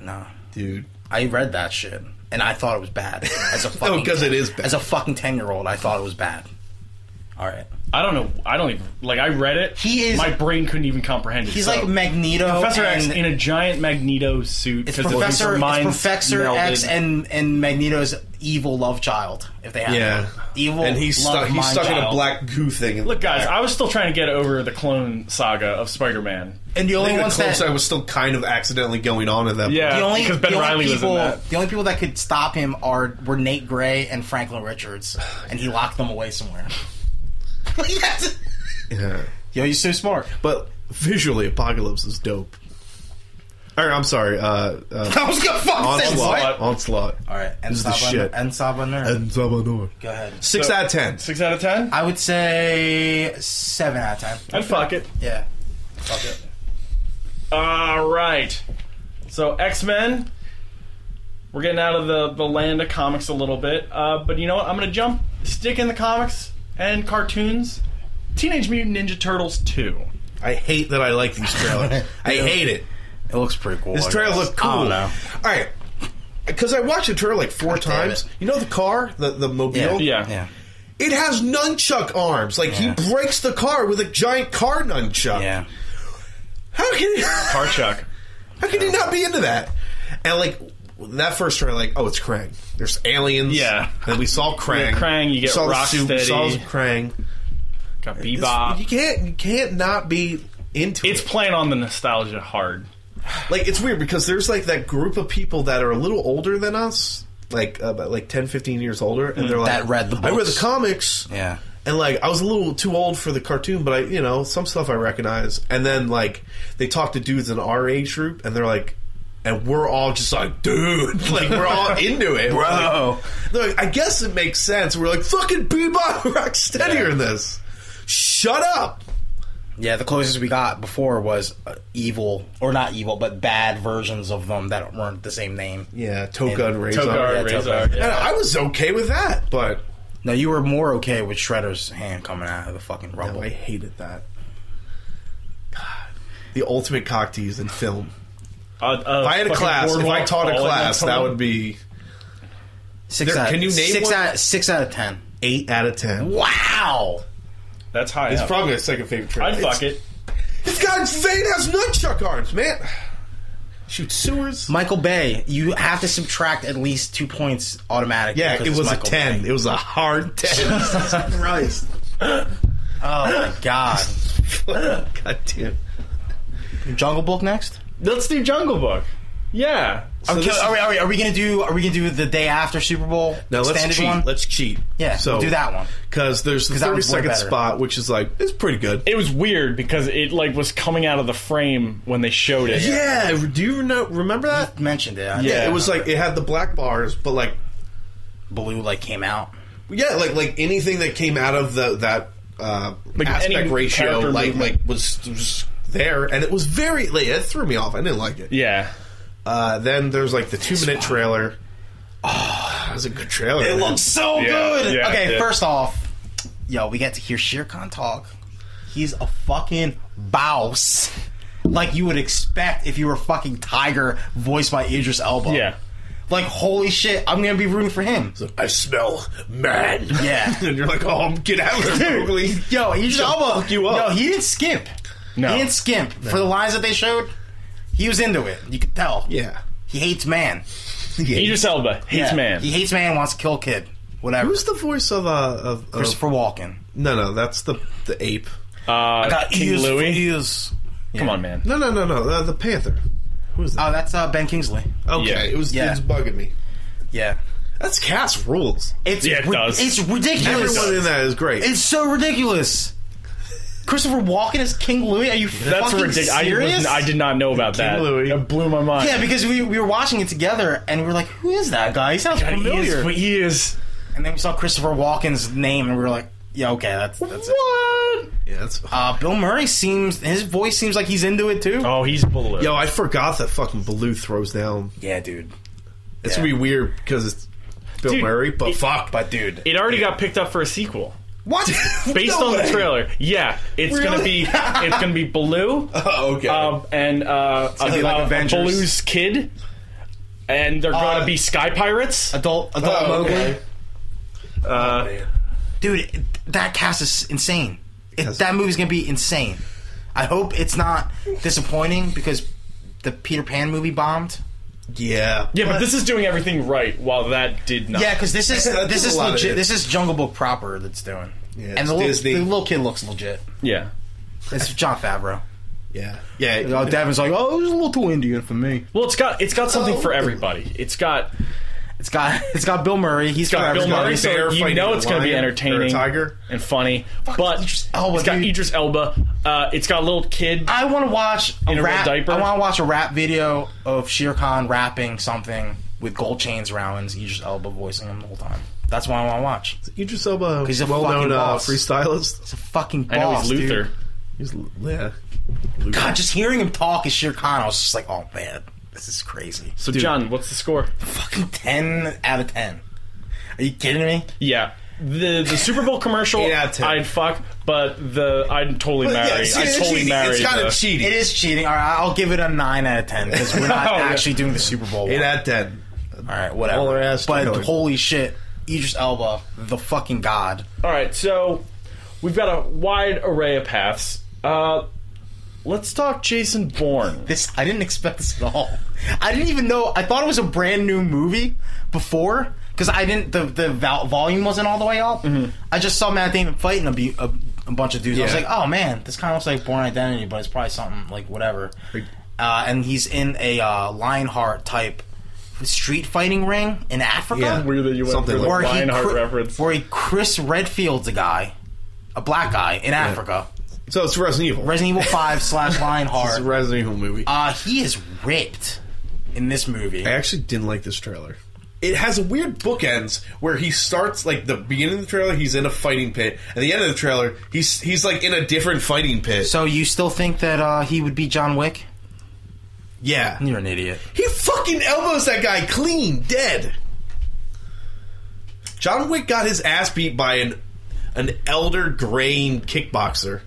No.
dude.
I read that shit and I thought it was bad. As a fucking
'cause it is bad.
As a fucking 10-year-old, I thought it was bad. All right.
I don't know. I don't even like. I read it.
He is-
My brain couldn't even comprehend it.
He's
so-
like Magneto
Professor X
and
in a giant Magneto suit
it's
because of his
Professor, it's
mind
Professor
melded.
X and, and Magneto's evil love child, if they have
Yeah.
one. Evil
and he's
love
stuck. He's
mind
stuck in a
child.
black goo thing.
Look, guys, I was still trying to get over the clone saga of Spider-Man.
And the
I
only
think the
ones
close
that
I was still kind of accidentally going on at that. point.
Yeah.
the only
because Ben
the only
Reilly was in
people,
that.
The only people that could stop him are were Nate Gray and Franklin Richards, and he locked them away somewhere. Like, that's-
Yeah.
Yo, you're so smart.
But visually, Apocalypse is dope. Or I'm sorry, uh, uh,
I was gonna fucking say what?
Onslaught. Onslaught.
All right, and
This is the
Saba
shit.
and Saba Nerd.
And Salvador.
Go ahead.
Six
So-
out of ten.
Six out of ten.
I would say seven out of ten.
I'd fuck it.
Yeah. Fuck it.
All right. So X Men. We're getting out of the, the land of comics a little bit, uh, but you know what? I'm gonna jump, stick in the comics and cartoons. Teenage Mutant Ninja Turtles two.
I hate that I like these trailers. I hate it.
It looks pretty cool. Oh,
This trailer looked cool.
I don't
All
know.
right. because I watched the trailer like four
damn
times.
it.
You know the car, the the mobile.
Yeah.
Yeah.
It has nunchuck arms. Like
Yeah.
he breaks the car with a giant car nunchuck.
Yeah.
How can he,
Car Chuck.
how can he not be into that? And like that first trailer, like oh, it's Krang. There's aliens.
Yeah.
and we saw Krang.
Yeah, Krang, you get
saw the suit, we
Rocksteady.
Saw Krang.
Got
It's-
Bebop.
You can't you can't not be into
It's
it.
playing on the nostalgia hard.
Like it's weird because there's like that group of people that are a little older than us, like about like 10, 15 years older, and they're like
Mm, That read the
I read the
books."
comics.
Yeah.
And like I was a little too old for the cartoon, but I you know, some stuff I recognize. And then like they talk to dudes in our age group and they're like and we're all just like, dude, like we're all into it. We're
Bro.
like- they're like, I guess it makes sense. We're like, fucking Bebop Rocksteady are in this. Shut up.
Yeah, the closest we got before was uh, evil, or not evil, but bad versions of them that weren't the same name.
Yeah, Toka and, Razor.
Togar,
Yeah,
Razor.
Togar.
And I was okay with that, but
No, you were more okay with Shredder's hand coming out of the fucking rubble.
oh, I hated that. God. The ultimate cock tease in film. If I had a class, if I taught a class, that would be
Six
There-
out.
can you name
six
one?
out? Six out of ten.
eight out of ten.
Wow.
That's high.
It's
up.
probably my second favorite trailer.
I'd fuck it.
This guy's Zane has nunchuck arms, man. Shoot sewers.
Michael Bay, you have to subtract at least two points automatically.
yeah,
because
it
it's
was
Michael
a ten.
Bay.
It was a hard ten.
Christ. Oh my God.
God damn.
Jungle Book next.
Let's do Jungle Book. Yeah.
I'm
this
kill-
is-
are, we, are, we, are we gonna do? Are we gonna do the day after Super Bowl
Now
extended
let's cheat.
one?
Let's cheat.
yeah,
so
we'll do that one.
because there's the
that
thirty
one's way
second
better.
spot, which is like it's pretty good.
It was weird because it like was coming out of the frame when they showed it.
Yeah. Do you know, remember that?
Mentioned it. I
Yeah.
it was like it had the black bars, but like
blue like came out.
yeah, like like anything that came out of the that uh,
Like any
aspect ratio,
character
like
movement.
like was, was there, and it was very like, it threw me off. I didn't like it.
Yeah.
Uh, then there's like the two minute trailer. Oh, that was a good trailer.
It
man.
looks so
Yeah,
good.
yeah,
okay,
yeah.
first off, yo, we get to hear Shere Khan talk. He's a fucking boss. Like you would expect if you were fucking Tiger voiced by Idris Elba.
Yeah.
Like holy shit, I'm gonna be rooting for him.
I smell man.
Yeah.
and you're like, oh, get out of there, Mowgli.
Yo, Idris Elba
fuck you up.
Yo, he didn't skimp.
No.
He didn't skimp. For the lines that they showed, he was into it. You could tell.
Yeah.
He hates man.
Idris Elba hates
Yeah.
man.
He hates man, wants to kill kid. Whatever.
Who's the voice of uh of, of
Christopher Walken.
no no that's the the ape.
Uh, King
ears for
Louis.
ears.
Come on, man.
No no no no uh, the panther. Who's that?
Oh, that's uh, Ben Kingsley.
okay,
yeah.
it was
Yeah.
it was bugging me.
Yeah,
That's cast rules.
it's
Yeah, it
ri-
does.
It's ridiculous.
Everyone in that is great.
It's so ridiculous. Christopher Walken is King Louis. Are you
That's
fucking
ridiculous. I,
serious?
was, I did not know about that.
Louis.
It blew my mind.
Yeah, because we, we were watching it together and we were like, "Who is that guy? He sounds familiar."
He is. He is.
And then we saw Christopher Walken's name and we were like, "Yeah, okay, that's that's it."
What?
yeah, that's,
Uh, Bill Murray seems his voice seems like he's into it too.
Oh, he's blue.
yo, I forgot that fucking Baloo throws down.
Yeah, dude.
It's
Yeah.
gonna be weird because it's Bill
Dude,
Murray, but
it-
fuck.
But dude,
It already got picked up for a sequel.
What?
Based
No
on
way.
the trailer, yeah, it's gonna
Really?
be it's gonna be Baloo
Oh, okay.
um, and uh,
gonna be like
uh,
Avengers.
Baloo's kid, and they're gonna
Uh,
be Sky Pirates.
adult adult
Oh,
Mowgli.
okay.
Uh,
dude it, that cast is insane it,
Yes.
that movie's gonna be insane i hope it's not disappointing because the peter pan movie bombed
yeah.
yeah, but this is doing everything right, while that did not.
yeah because this is
That
this
did a
is
lot of
legit
it.
this is jungle book proper that's doing
Yeah,
and
it's
the little,
Disney.
the little kid looks legit
yeah.
it's john favreau
Yeah. Yeah.
Oh, Devin's like, oh, it's a little too Indian for me.
Well, it's got it's got something
Oh.
for everybody. It's got
It's got, it's got Bill Murray. He's
got
Travis
Bill
Barker.
Murray, so
bear
you
fighting
know
a
it's going to be
lion or a
entertaining,
tiger?
and funny. but
Idris Elba,
it's got
dude.
Idris Elba. Uh, it's got a little kid.
I want to watch a
In a red
rap.
diaper?
I want to watch a rap video of Shere Khan rapping something with gold chains around and Idris Elba voicing him the whole time. That's what I want to watch.
Idris Elba,
He's a
well-known
fucking
uh,
boss.
freestylist.
It's a fucking boss,
I know he's Luther.
dude.
He's, yeah.
God, just hearing him talk as Shere Khan, I was just like, oh man, this is crazy.
So John, what's the score?
Fucking ten out of ten. Are you kidding me?
Yeah, the the Super Bowl commercial.
Eight out of ten.
I'd fuck, but the I'd totally marry.
see,
I'd
it's
totally
cheating.
marry.
It's kind
the-
of cheating.
It is cheating. All right, I'll give it a nine out of ten because we're not
Oh, yeah.
actually doing the Super Bowl.
Eight
one.
out of ten.
All right, whatever.
All they're asking
but
is-
holy shit, Idris Elba, the fucking god.
All right, so we've got a wide array of paths. Uh, let's talk Jason Bourne.
This I didn't expect this at all. I didn't even know. I thought it was a brand new movie before because I didn't. The the vol- volume wasn't all the way up. I just saw Matt Damon fighting a, bu- a, a bunch of dudes. I was
Yeah.
like, oh man, this kind of looks like Born Identity, but it's probably something like whatever.
Like-
Uh, and he's in a uh, Lionheart type street fighting ring in Africa.
Yeah.
Weird that you went
Something
through the
like-
Where he
Lionheart
cri-
reference.
Where he Chris Redfield's a guy, a black guy in Africa.
So it's Resident Evil.
Resident Evil Five slash
it's a
Lionheart.
Resident Evil movie.
Uh, he is ripped in this movie.
I actually didn't like this trailer. It has a weird bookends where he starts like the beginning of the trailer, he's in a fighting pit. At the end of the trailer, he's he's like in a different fighting pit.
So you still think that uh, he would be John Wick?
yeah,
You're an idiot.
he fucking elbows that guy clean dead. John Wick got his ass beat by an an elder grain kickboxer.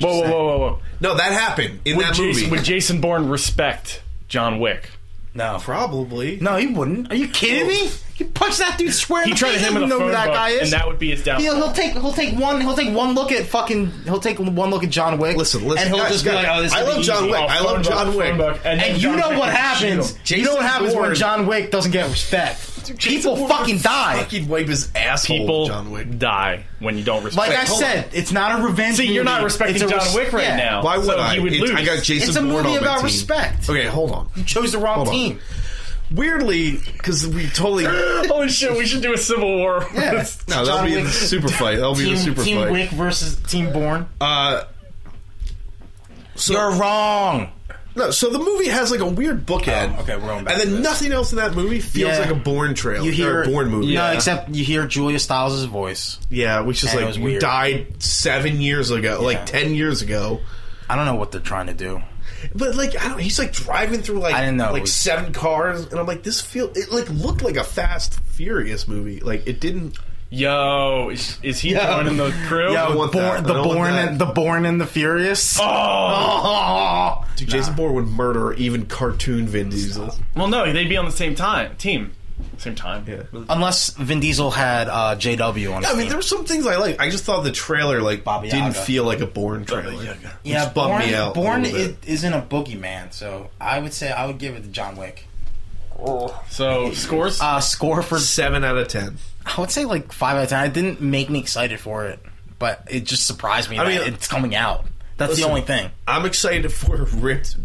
Whoa, whoa, whoa, whoa, whoa.
No, that happened in
Would
that
Jason,
movie.
would Jason Bourne respect John Wick?
No.
Probably.
No, he wouldn't. Are you kidding me? He punched that dude square in
He
the
tried to
face.
hit him with a
know
phone
who that
book,
guy is.
and that would be his
He'll,
downfall.
he'll take he'll take one he'll take one look at fucking he'll take one look at John Wick.
Listen, listen,
and he'll
guys,
just
guys,
be like, "Oh, this
I
is
love
easy.
John Wick.
Oh,
I
phone
love
book,
John
phone
Wick.
book, and then
And you
John
know
Wick
what
would shoot
happens.
him.
you know what
Jason
happens when
Bourne-
John Wick doesn't get respect. People
Jason Bourne
fucking die.
Fucking wipe his asshole.
People
John Wick.
die when you don't respect.
Like I
hold
said, it's not a revenge.
See, you're not
movie.
respecting
It's a
John
res-
Wick right
yeah.
now.
Why would
so
I?
You would
It's-
lose.
I got Jason
It's a
Bourne
movie
on my
about
team.
respect.
Okay, hold on.
Chose the wrong
Hold on.
team.
Weirdly, because we totally no,
Holy shit! We should do a Civil War.
Yeah.
that'll
John
be in the
Wick.
super fight. That'll be in
Team,
the super
team
fight.
Wick versus Team Born.
Uh, so
You're wrong.
no, so the movie has like a weird bookend.
Oh, okay, we're going back
And
to
then
this.
nothing else in that movie feels
Yeah.
like a Born trailer.
You hear
or a Born movie.
No,
yeah.
except you hear Julia Stiles' voice.
yeah, which is
And it
like
was
you
weird.
died seven years ago, like ten years ago.
I don't know what they're trying to do.
But like, I don't. He's like driving through like
I didn't know it
like
was-
seven cars, and I'm like, this feel it like looked like a Fast Furious movie. Like it didn't.
Yo, is, is he
Yo.
joining the crew?
Yo. don't
Born,
want that. I
the
don't want
Born,
that.
and, the Born and the Furious.
Oh.
Oh.
Dude, Jason Bourne would murder even cartoon Vin Diesel.
Well, no, they'd be on the same time team. Same time.
Yeah.
Unless Vin Diesel had uh, JW on. His
I mean,
team.
there were some things I like. I just thought the trailer like
Bobby
didn't
Yaga.
feel like a Bourne trailer.
Yaga.
Which
yeah,
bummed
Born,
me out. a
Born
little
is,
bit.
isn't a boogeyman, so I would say I would give it to John Wick.
So scores.
Uh, score for
seven out of ten.
I would say like five out of ten. It didn't make me excited for it, but it just surprised me.
I
that
mean,
it's coming out. That's
listen.
the only thing.
I'm excited for ripped.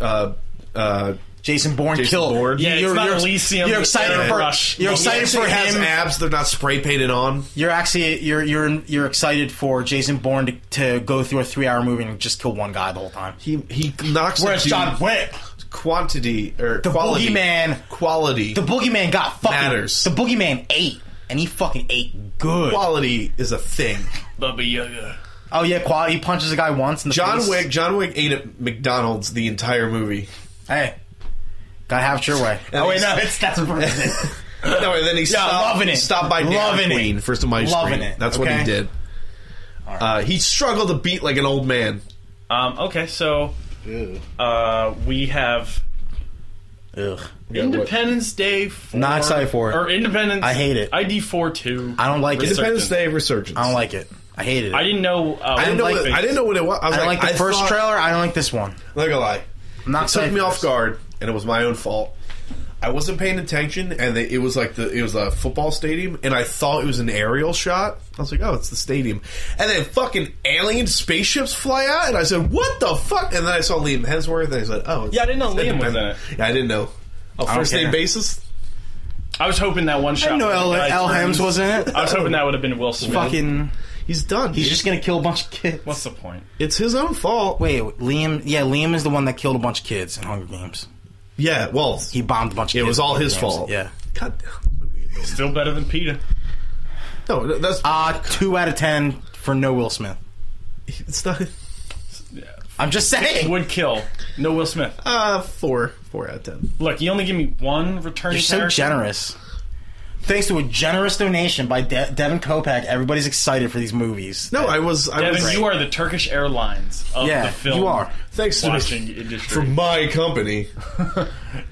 Uh, uh,
Jason Bourne
Jason
killed.
Bourne.
Yeah, it's not Elysium,
You're
it's
excited
Aaron
for
Rush.
You're
He
excited
actually
for
has
him.
abs. They're not spray painted on.
You're actually you're you're you're excited for Jason Bourne to, to go through a three hour movie and just kill one guy the whole time.
He he knocks. a
Whereas
dude-
John Wick,
quantity or
the
quality
boogeyman,
Quality.
the boogeyman got fucking.
Matters.
The boogeyman ate, and he fucking ate good.
quality is a thing.
Bubba Yaga.
Oh yeah, quality. He punches a guy once in the
John
face.
Wick. John Wick ate at McDonald's the entire movie.
Hey, gotta have it your way.
Oh, wait, no,
it's that's.
No, and then he stopped,
loving it.
stopped by Dairy
Loving it.
Queen for some ice
Loving
cream.
it,
That's what he
okay?
did. Uh, he struggled to beat like an old man.
Um, okay, so uh, we have
Ugh.
Independence Day. 4,
Not excited for it.
Or Independence.
I hate it.
ID four two.
I don't like it.
Independence
Resurgence.
Day Resurgence.
I don't like it. I hated it.
I didn't know. Uh,
I didn't know.
like
what,
it.
I didn't know what it was. I was
I don't like
like,
the
I
first
thought-
trailer. I don't like this one.
Not gonna lie,
I'm not
it took
excited
me
for
off
this.
guard, and it was my own fault. I wasn't paying attention, and they, it was like the it was a football stadium, and I thought it was an aerial shot. I was like, "Oh, it's the stadium," and then fucking alien spaceships fly out, and I said, "What the fuck?" And then I saw Liam Hemsworth, and I said, "Oh, it's,
Yeah, I didn't know
it's
Liam was Oh, in
independent." Yeah, I didn't know. A first
care.
name basis.
I was hoping that one shot.
I didn't know
with
L,
the guy
L.
turns-
Hems was in it.
I was hoping that would have been Will Smith.
Fucking,
He's done.
he's just gonna kill a bunch of kids.
What's the point?
It's his own fault.
Wait, Liam. Yeah, Liam is the one that killed a bunch of kids in Hunger Games.
Yeah. Well,
He bombed a bunch of
it
kids.
was
in
all
Hunger
his
Games.
fault.
Yeah.
God damn.
Still better than Peter.
No, that's
Uh, two out of ten for no Will Smith.
it's not.
I'm just saying.
Would kill. No Will Smith.
Uh, four, four out of ten.
Look, you only give me one returning.
You're so
character.
generous. Thanks to a generous donation by De- Devin Kopeck, everybody's excited for these movies.
No, I was. I
Devin,
was
you are the Turkish Airlines of
Yeah,
the film.
you are.
thanks to
Watching
me
industry.
for my company.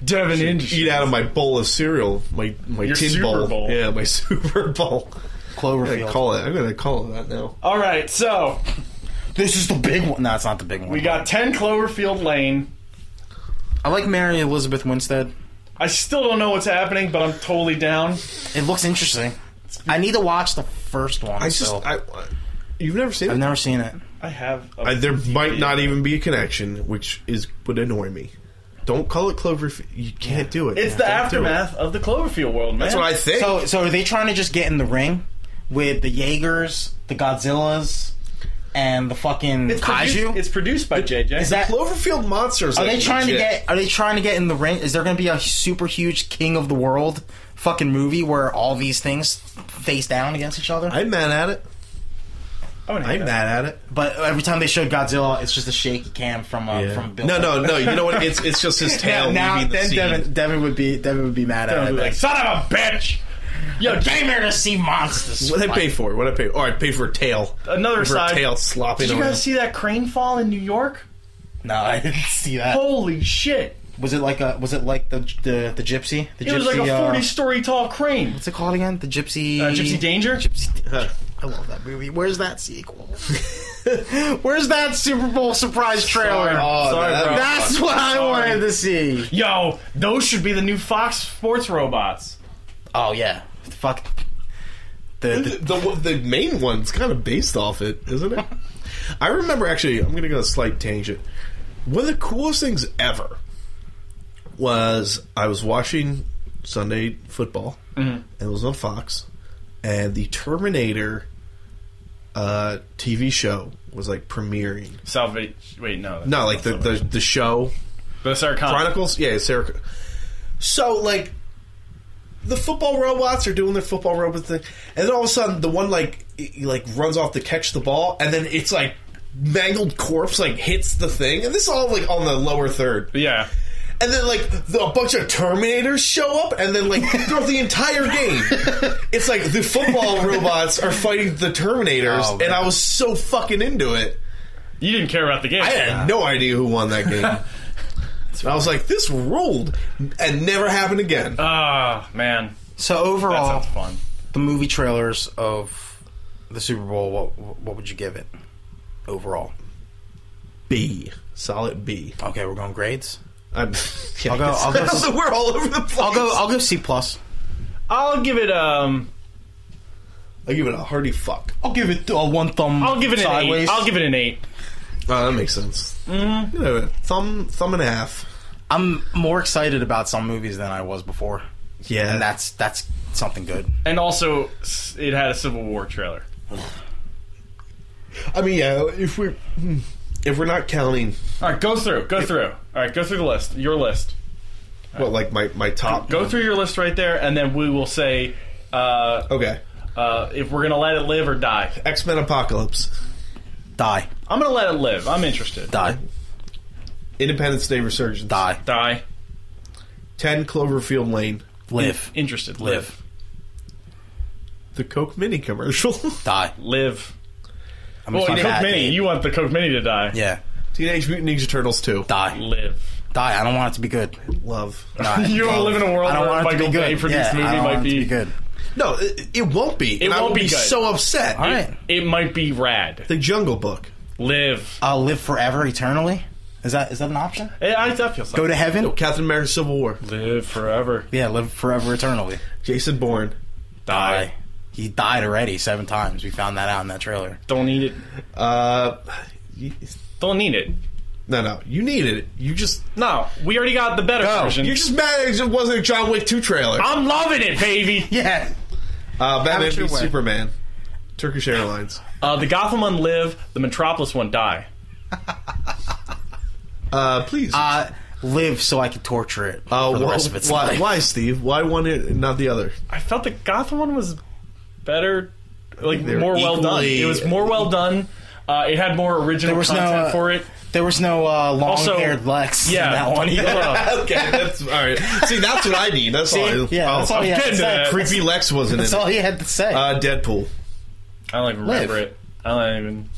Devin
Eat out of my bowl of cereal, my my
Your
tin
Super
bowl.
Bowl.
Yeah, my Super Bowl. I'm
Cloverfield.
gonna call it. I'm gonna call it that now.
All right, so
this is the big one. No, it's not the big one.
we got 10 Cloverfield Lane.
I like Mary Elizabeth Winstead.
I still don't know what's happening, but I'm totally down.
It looks interesting. I need to watch the first one.
I just.
so.
I, you've never seen
I've
it.
never seen it.
I have.
I,
A,
there might not even be a connection, which is would annoy me. Don't call it Cloverfield. You can't do it.
it's
You
the
can't do it.
aftermath of the Cloverfield world, man.
That's what I think.
So, so are they trying to just get in the ring with the Jaegers, the Godzillas, and the fucking
It's produced-
kaiju?
it's produced by JJ.
is that?
Cloverfield monsters.
Are they trying to get? Are they trying to get in the ring? Is there going to be a super huge King of the World fucking movie where all these things face down against each other?
I'm mad at it.
I wouldn't hate that.
I'm mad at it.
but every time they showed Godzilla, it's just a shaky cam from uh, from Bill.
No, no, no. You know what? It's it's just his tail.
now
leaving the
then
scene.
Devin, Devin would be Devin would be mad
I'd
at
be
it.
like, son of a bitch. Yo, J-
Came here to see monsters.
What I
fight."
pay for? What I pay? Or I pay for a tail.
Another
for a
side.
tail slopping
did you
around.
guys see that crane fall in New York?
No, I didn't see that.
Holy shit!
Was it like a? Was it like the the, the gypsy? The
It
gypsy,
was like a
uh,
forty-story tall crane.
what's it called again? The gypsy.
Uh, Gypsy Danger.
Huh.
I love that movie. Where's that sequel? Where's that Super Bowl surprise trailer?
Oh,
Sorry,
that-
bro.
That's what I
Sorry.
wanted to see.
Yo, those should be the new Fox Sports robots.
Oh yeah, fuck. The,
The,
the
the the main one's kind of based off it, isn't it? I remember actually. I'm going to go on a slight tangent. One of the coolest things ever was I was watching Sunday football,
Mm-hmm.
and it was on Fox, and the Terminator uh, TV show was like premiering.
Salvation. Wait, no. that's
No,
not
like the the,
Salvation.
the show
the Sarcon.
Chronicles. Yeah, it's Sarah. So like, the football robots are doing their football robot thing, and then all of a sudden, the one like he, like runs off to catch the ball, and then it's like mangled corpse like hits the thing, and this is all like on the lower third,
Yeah.
and then like the, a bunch of Terminators show up, and then like throughout the entire game, it's like the football robots are fighting the Terminators,
Oh, man.
and I was so fucking into it.
You didn't care about the game.
I had no idea who won that game. I was like, this ruled and never happened again.
Ah, man.
so
That
overall,
sounds fun.
the movie trailers of the Super Bowl. What what would you give it overall?
B. Solid B.
Okay, we're going grades.
I'm, yeah,
I'll go- I'll go-
we're all over the place.
I'll go. I'll go C plus.
I'll give it um.
I'll give it a hearty fuck.
I'll give it a one thumb.
I'll give it an eight.
sideways.
I'll Mm. give it an eight.
Oh, that makes sense. You know, thumb, thumb and a half.
I'm more excited about some movies than I was before,
Yeah.
and that's that's something good.
And also, s- it had a Civil War trailer.
I mean, yeah. If we're hmm, if we're not counting,
All right, go through. Go through. All right, go through the list. Your list.
what like my my top.
Go through your list right there, and then we will say uh,
Okay.
uh, if we're gonna let it live or die.
X Men Apocalypse,
Die,
I'm gonna let it live. I'm interested.
die,
Independence Day Resurgence,
die,
Die.
Ten Cloverfield Lane,
live,
Interested.
live,
the Coke Mini commercial,
die.
Live.
I'm
Well,
gonna
Coke
keep that.
Mini. You want the Coke Mini to die?
yeah,
Teenage Mutant Ninja Turtles Two,
die,
Live.
die. I don't want it to be good.
Love.
Die.
You don't live in a world
I don't
where
want it to
Michael
be good.
Bay produced
yeah,
movie
I don't
might
want it to
be-
be good.
No, it, it won't be. It
won't
I will
be
be,
good.
so upset.
All right,
It might be rad.
The Jungle Book.
Live.
I'll live forever, eternally. Is that is that an option?
Eh, I, that feels like
Go to heaven.
Captain America Civil War.
live forever.
Yeah, live forever, eternally.
Jason Bourne.
Die. He died already seven times. We found that out in that trailer.
Don't need it.
Uh, you-
Don't need it.
no, no. You needed it. You just.
No, we already got the better version.
You're just mad it wasn't a John Wick 2 trailer.
I'm loving it, baby.
Yeah.
Uh, Batman
it your
v
way.
Superman. Turkish Airlines.
Uh, the Gotham one live. The Metropolis one die.
Uh, please.
Uh, live so I could torture it
Uh,
for the
wh-
rest of its
why,
life.
why, Steve? Why one and not the other?
I felt the Gotham one was better, like
they were
more well done.
equally-
It was more well done. Uh, it had more original
was no,
content
uh,
for it.
There was no uh, long-haired Lex
yeah.
in that one. either.
okay, that's all right. See, that's what I need. That's all.
yeah,
oh,
that's all he
I'm
had to
getting to
say.
that.
creepy Lex wasn't
That's
in
all
it.
he had to say.
Uh, Deadpool.
I don't even remember
Live.
it. I don't even.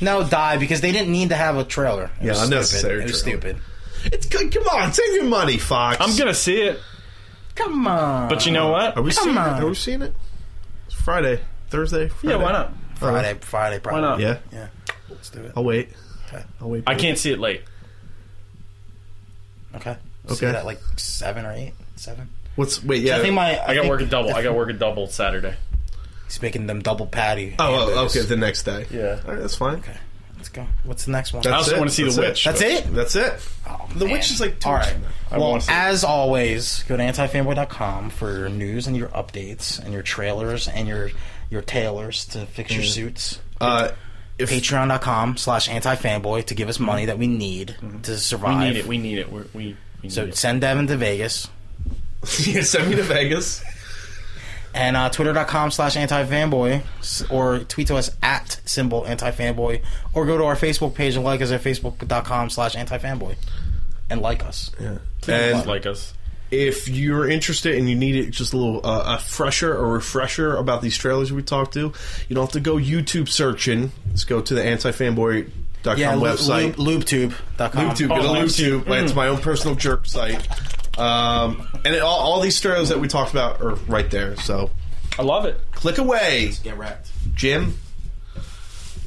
no, die because they didn't need to have a trailer. It
Yeah,
was
unnecessary
Stupid. It was
trailer.
stupid.
It's good. Come on, save your money, Fox.
I'm gonna see it,
Come on.
but you know what?
Are we seeing?
on.
Are we seeing it? It's Friday, Thursday. Friday.
Yeah, why not?
Friday, Friday, probably.
not?
Yeah,
Yeah. Let's do it.
I'll wait. I'll wait.
I can't see it late.
Okay. See
Okay.
it at like seven or eight, seven.
What's wait? Yeah,
I think my
I got
think
work at double. I got work at double Saturday.
He's making them double patty.
Oh, oh,
hamburgers.
okay. The next day.
Yeah.
All right, that's fine.
Okay. Let's go. What's the next one?
That's
also
it.
wanna see
That's
The
it.
Witch.
That's it?
That's it.
Oh,
The
man.
Witch is like two
all
weeks
right.
from now.
I
Well,
wanna see it.
as always, go to antifanboy.com for your news and your updates and your trailers and your your tailors to fix your suits.
Uh, if
Patreon.com slash antifanboy to give us money that we need to
We
survive.
need it. We need it. We're, we we need
So
it.
send Devin to Vegas.
you send me to Vegas,
And uh, twitter.com slash antifanboy s- or tweet to us at symbol antifanboy or go to our Facebook page and like us at facebook.com slash antifanboy and like us.
and
like us.
if you're interested and you need it, just a little uh, a fresher or refresher about these trailers we talked to, you don't have to go YouTube searching. Just go to the antifanboy.com
Yeah, lu-
website.
lube- lubetube.com.
LubeTube,
Oh,
go to
LubeTube.
LubeTube. It's my own personal jerk site. Um, and it, all, all these trailers that we talked about are right there. So
I love it.
click away,
Get wrecked.
Jim.